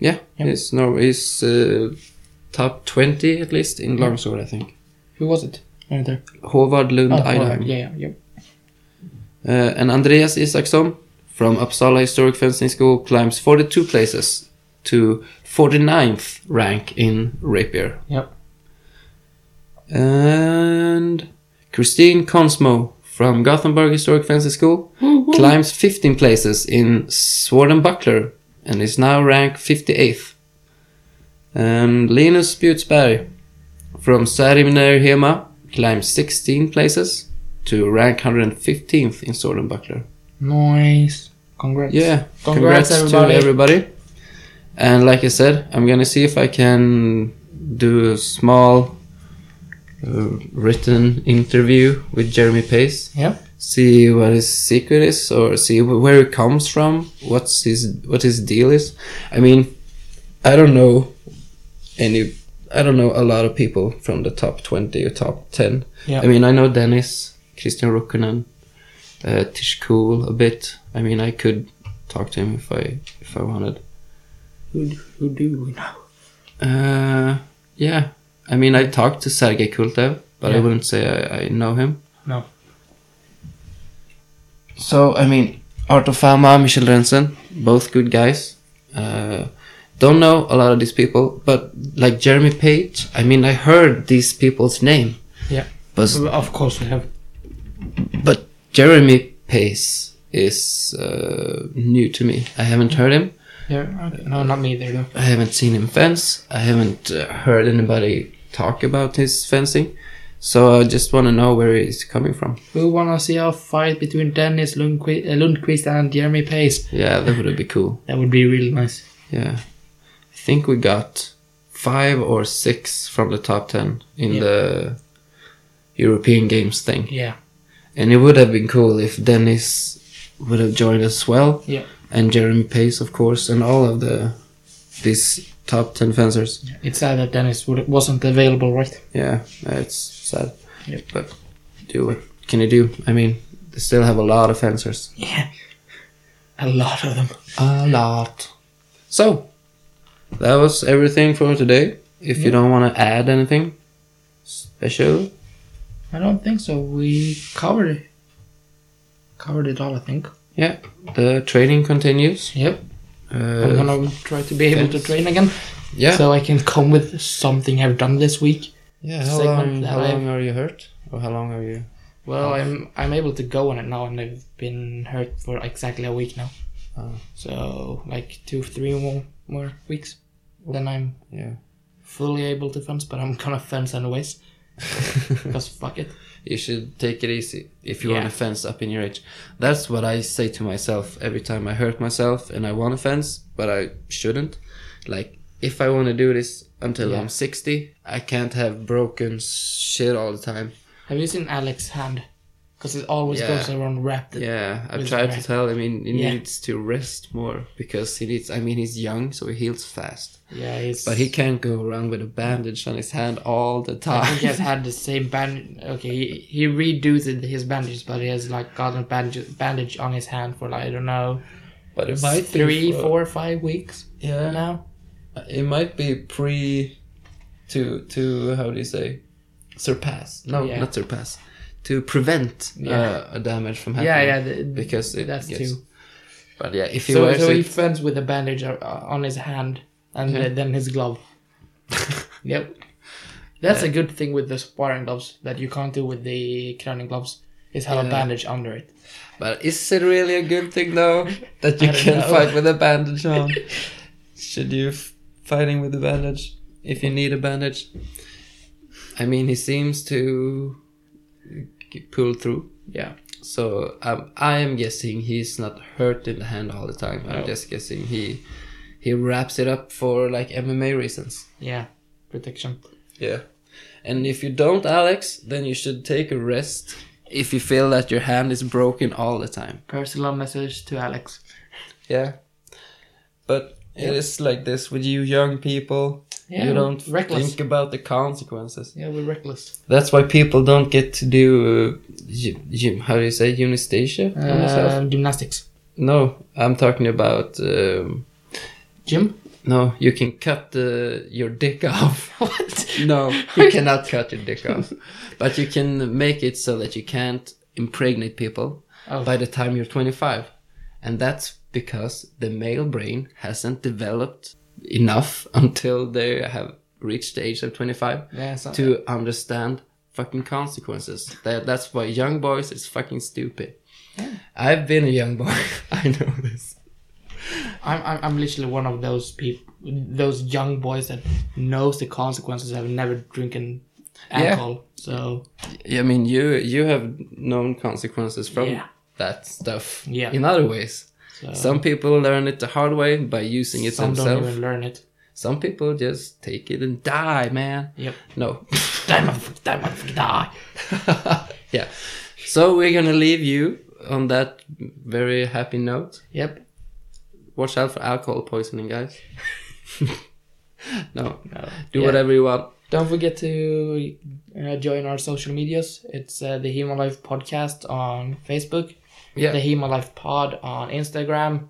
Yeah,
Yep.
he's, no, he's uh, top 20 at least in longsword, I think.
Who was it? Another.
Håvard Lund
Oh,
Eidheim.
yeah, yeah, yep.
Uh, and Andreas Isaksson from Uppsala Historic Fencing School climbs 42 places to 49th rank in rapier.
Yep.
And Christine Consmo from Gothenburg Historic Fencing School climbs 15 places in Sword and Buckler and is now ranked 58th. And Linus Butzberg from Särimner Hema climbs 16 places to rank 115th in Sword and Buckler.
Nice. Congrats.
Yeah,
Congrats,
congrats,
everybody.
to everybody. And like I said, I'm gonna see if I can do a small uh, written interview with Jeremy Pace.
Yep.
See what his secret is, or see wh- where he comes from. What's his what his deal is. I mean, I don't know any. I don't know a lot of people from the top 20 or top 10.
Yeah.
I mean, I know Dennis, Christian Rukkonen, uh, Tish Cool a bit. I mean, I could talk to him if I if I wanted.
Who, who do we know?
Uh, yeah. I mean, I talked to Sergei Kultev, but I
Yeah.
wouldn't say I, I know him.
No.
So, I mean, Arto Fama, Michel Rensen, both good guys. Uh, don't know a lot of these people, but like Jeremy Page, I mean, I heard these people's name,
Yeah.
but
Of course we have.
but Jeremy Pace is uh, new to me. I haven't heard him.
Yeah. No, not me either. No.
I haven't seen him fence. I haven't uh, heard anybody talk about his fencing. So I just want to know where he's coming from.
We want to see a fight between Dennis Lundqvist, uh, Lundqvist and Jeremy Pace.
Yeah, that would be cool.
That would be really nice.
Yeah. I think we got five or six from the top 10 in
Yeah.
the European Games thing.
Yeah.
And it would have been cool if Dennis would have joined as well.
Yeah.
and Jeremy Pace, of course, and all of the these top ten fencers.
It's sad that Dennis would, wasn't available, right?
Yeah, it's sad,
Yep.
but do what can you do? I mean, they still have a lot of fencers.
Yeah. A lot of them.
A lot. So that was everything for today. If you don't want to add anything special,
I don't think so. We covered it. Covered it all, I think.
yeah, the training continues.
Yep. I'm
Uh,
gonna try to be able to
thanks.
train again,
yeah,
so I can come with something I've done this week.
yeah. How
segment
long,
that
how
I-
long are you hurt? Or how long are you?
Well, I'm I'm able to go on it now, and I've been hurt for exactly a week now.
Oh.
So like two, three more more weeks, then I'm
Yeah.
fully able to fence, but I'm gonna fence [laughs] anyways. Because fuck it.
You should take it easy if you
Yeah.
want to fence up in your age. That's what I say to myself every time I hurt myself and I want to fence, but I shouldn't. Like, if I want to do this until
Yeah.
I'm 60, I can't have broken shit all the time.
Have you seen Alex's hand? Because it always
Yeah.
goes around wrapped.
Yeah, I've
With
tried to
rest.
tell him he, he
Yeah.
needs to rest more because he needs, I mean, he's young, so he heals fast.
Yeah, it's.
But he can't go around with a bandage on his hand all the
I
time.
think he has had the same band. Okay, he, he redoes it- his bandages, but he has like gotten a bandage, bandage on his hand for like, I don't know
[laughs] but it might be
three,
for-
four, five weeks
yeah.
now.
It might be pre to to how do you say surpass? No,
Yeah.
not surpass. To prevent uh,
Yeah.
a damage from happening.
Yeah, yeah, the,
Because it
that's
gets-
two.
But yeah, if he
So,
wears
so he
it,
fends with a bandage o- uh, on his hand and
Yeah.
then his glove.
[laughs]
yep, that's a good thing with the sparring gloves that you can't do with the Kranen gloves. Is have
Yeah.
a bandage under it.
but is it really a good thing though that you
I don't
can
know.
fight with a
[laughs]
bandage on? Should you f- fighting with a bandage if you need a bandage? I mean, he seems to g- pull through.
Yeah,
So um, I am guessing he's not hurt in the hand all the time. I'm
No.
just guessing he he wraps it up for like MMA reasons.
yeah, protection.
Yeah. And if you don't, Alex, then you should take a rest. If you feel that your hand is broken all the time.
Personal message to Alex.
Yeah. But it
Yeah.
is like this with you young people.
Yeah,
you don't
reckless.
think about the consequences.
Yeah, we're reckless.
That's why people don't get to do uh, gym, gym. How do you say unistasia?
Um, gymnastics.
No, I'm talking about. Um,
Gym?
No, you can cut the, your dick [laughs] off.
What?
No, [laughs] you cannot cut your dick off. But you can make it so that you can't impregnate people
Oh.
by the time you're 25. And that's because the male brain hasn't developed enough [laughs] until they have reached the age of 25
Yeah, so-
to understand fucking consequences. That, that's why young boys is fucking stupid. I've been a young boy. [laughs] I know this.
I'm, I'm, I'm literally one of those people, those young boys that knows the consequences of never drinking alcohol. So
I mean, you you have known consequences from
Yeah.
that stuff
Yeah.
in other ways.
So-
Some people learn it the hard way by using it
some don't
themselves.
even learn it.
Some people just take it and die, man.
Yep.
No. [laughs]
Die, motherfucker, die, motherfucker, die.
yeah. So we're gonna leave you on that very happy note.
Yep.
Watch out for alcohol poisoning, guys. [laughs] no.
No.
Do
Yeah.
whatever you want.
Uh, Don't forget to uh, join our social medias. It's uh, the Hema Life Podcast on Facebook,
Yeah.
the Hema Life Pod on Instagram,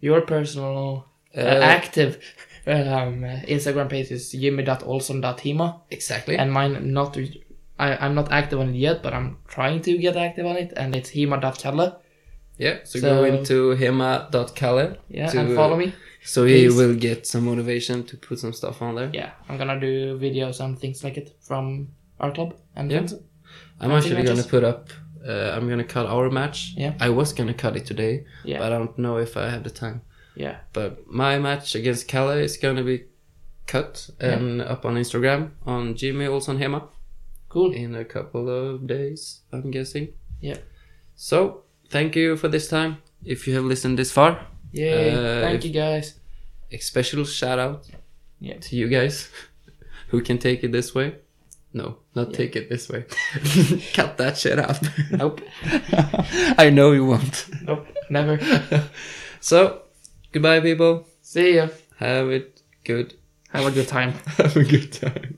your personal uh,
Uh,
active [laughs] um, Instagram page is jimmy.olson.hema
Exactly.
and mine not I, I'm not active on it yet but I'm trying to get active on it and it's hema.kalle
yeah. So,
So-
go into hema.kalle.
yeah
to-
and follow me
So he
Please.
will get some motivation to put some stuff on there.
yeah I'm gonna do videos and things like it from our club and
Yeah.
things.
I'm
I think
actually
I
gonna
just-
put up. Uh, I'm gonna cut our match.
Yeah.
I was gonna cut it today,
Yeah.
but I don't know if I have the time.
yeah
But my match against Kalle is gonna be cut and up on Instagram on Jimmy Olson Hema
cool
in a couple of days. I'm guessing.
Yeah.
So thank you for this time. If you have listened this far,
yay
Uh, if-
thank you guys
a special shout out
yeah
to you guys [laughs] who can take it this way. No, not take it this way. [laughs] Cut that shit out.
nope
[laughs] I know you won't.
nope never [laughs]
So, goodbye, people.
see ya
Have it good. [laughs]
have a good time
Have a good time.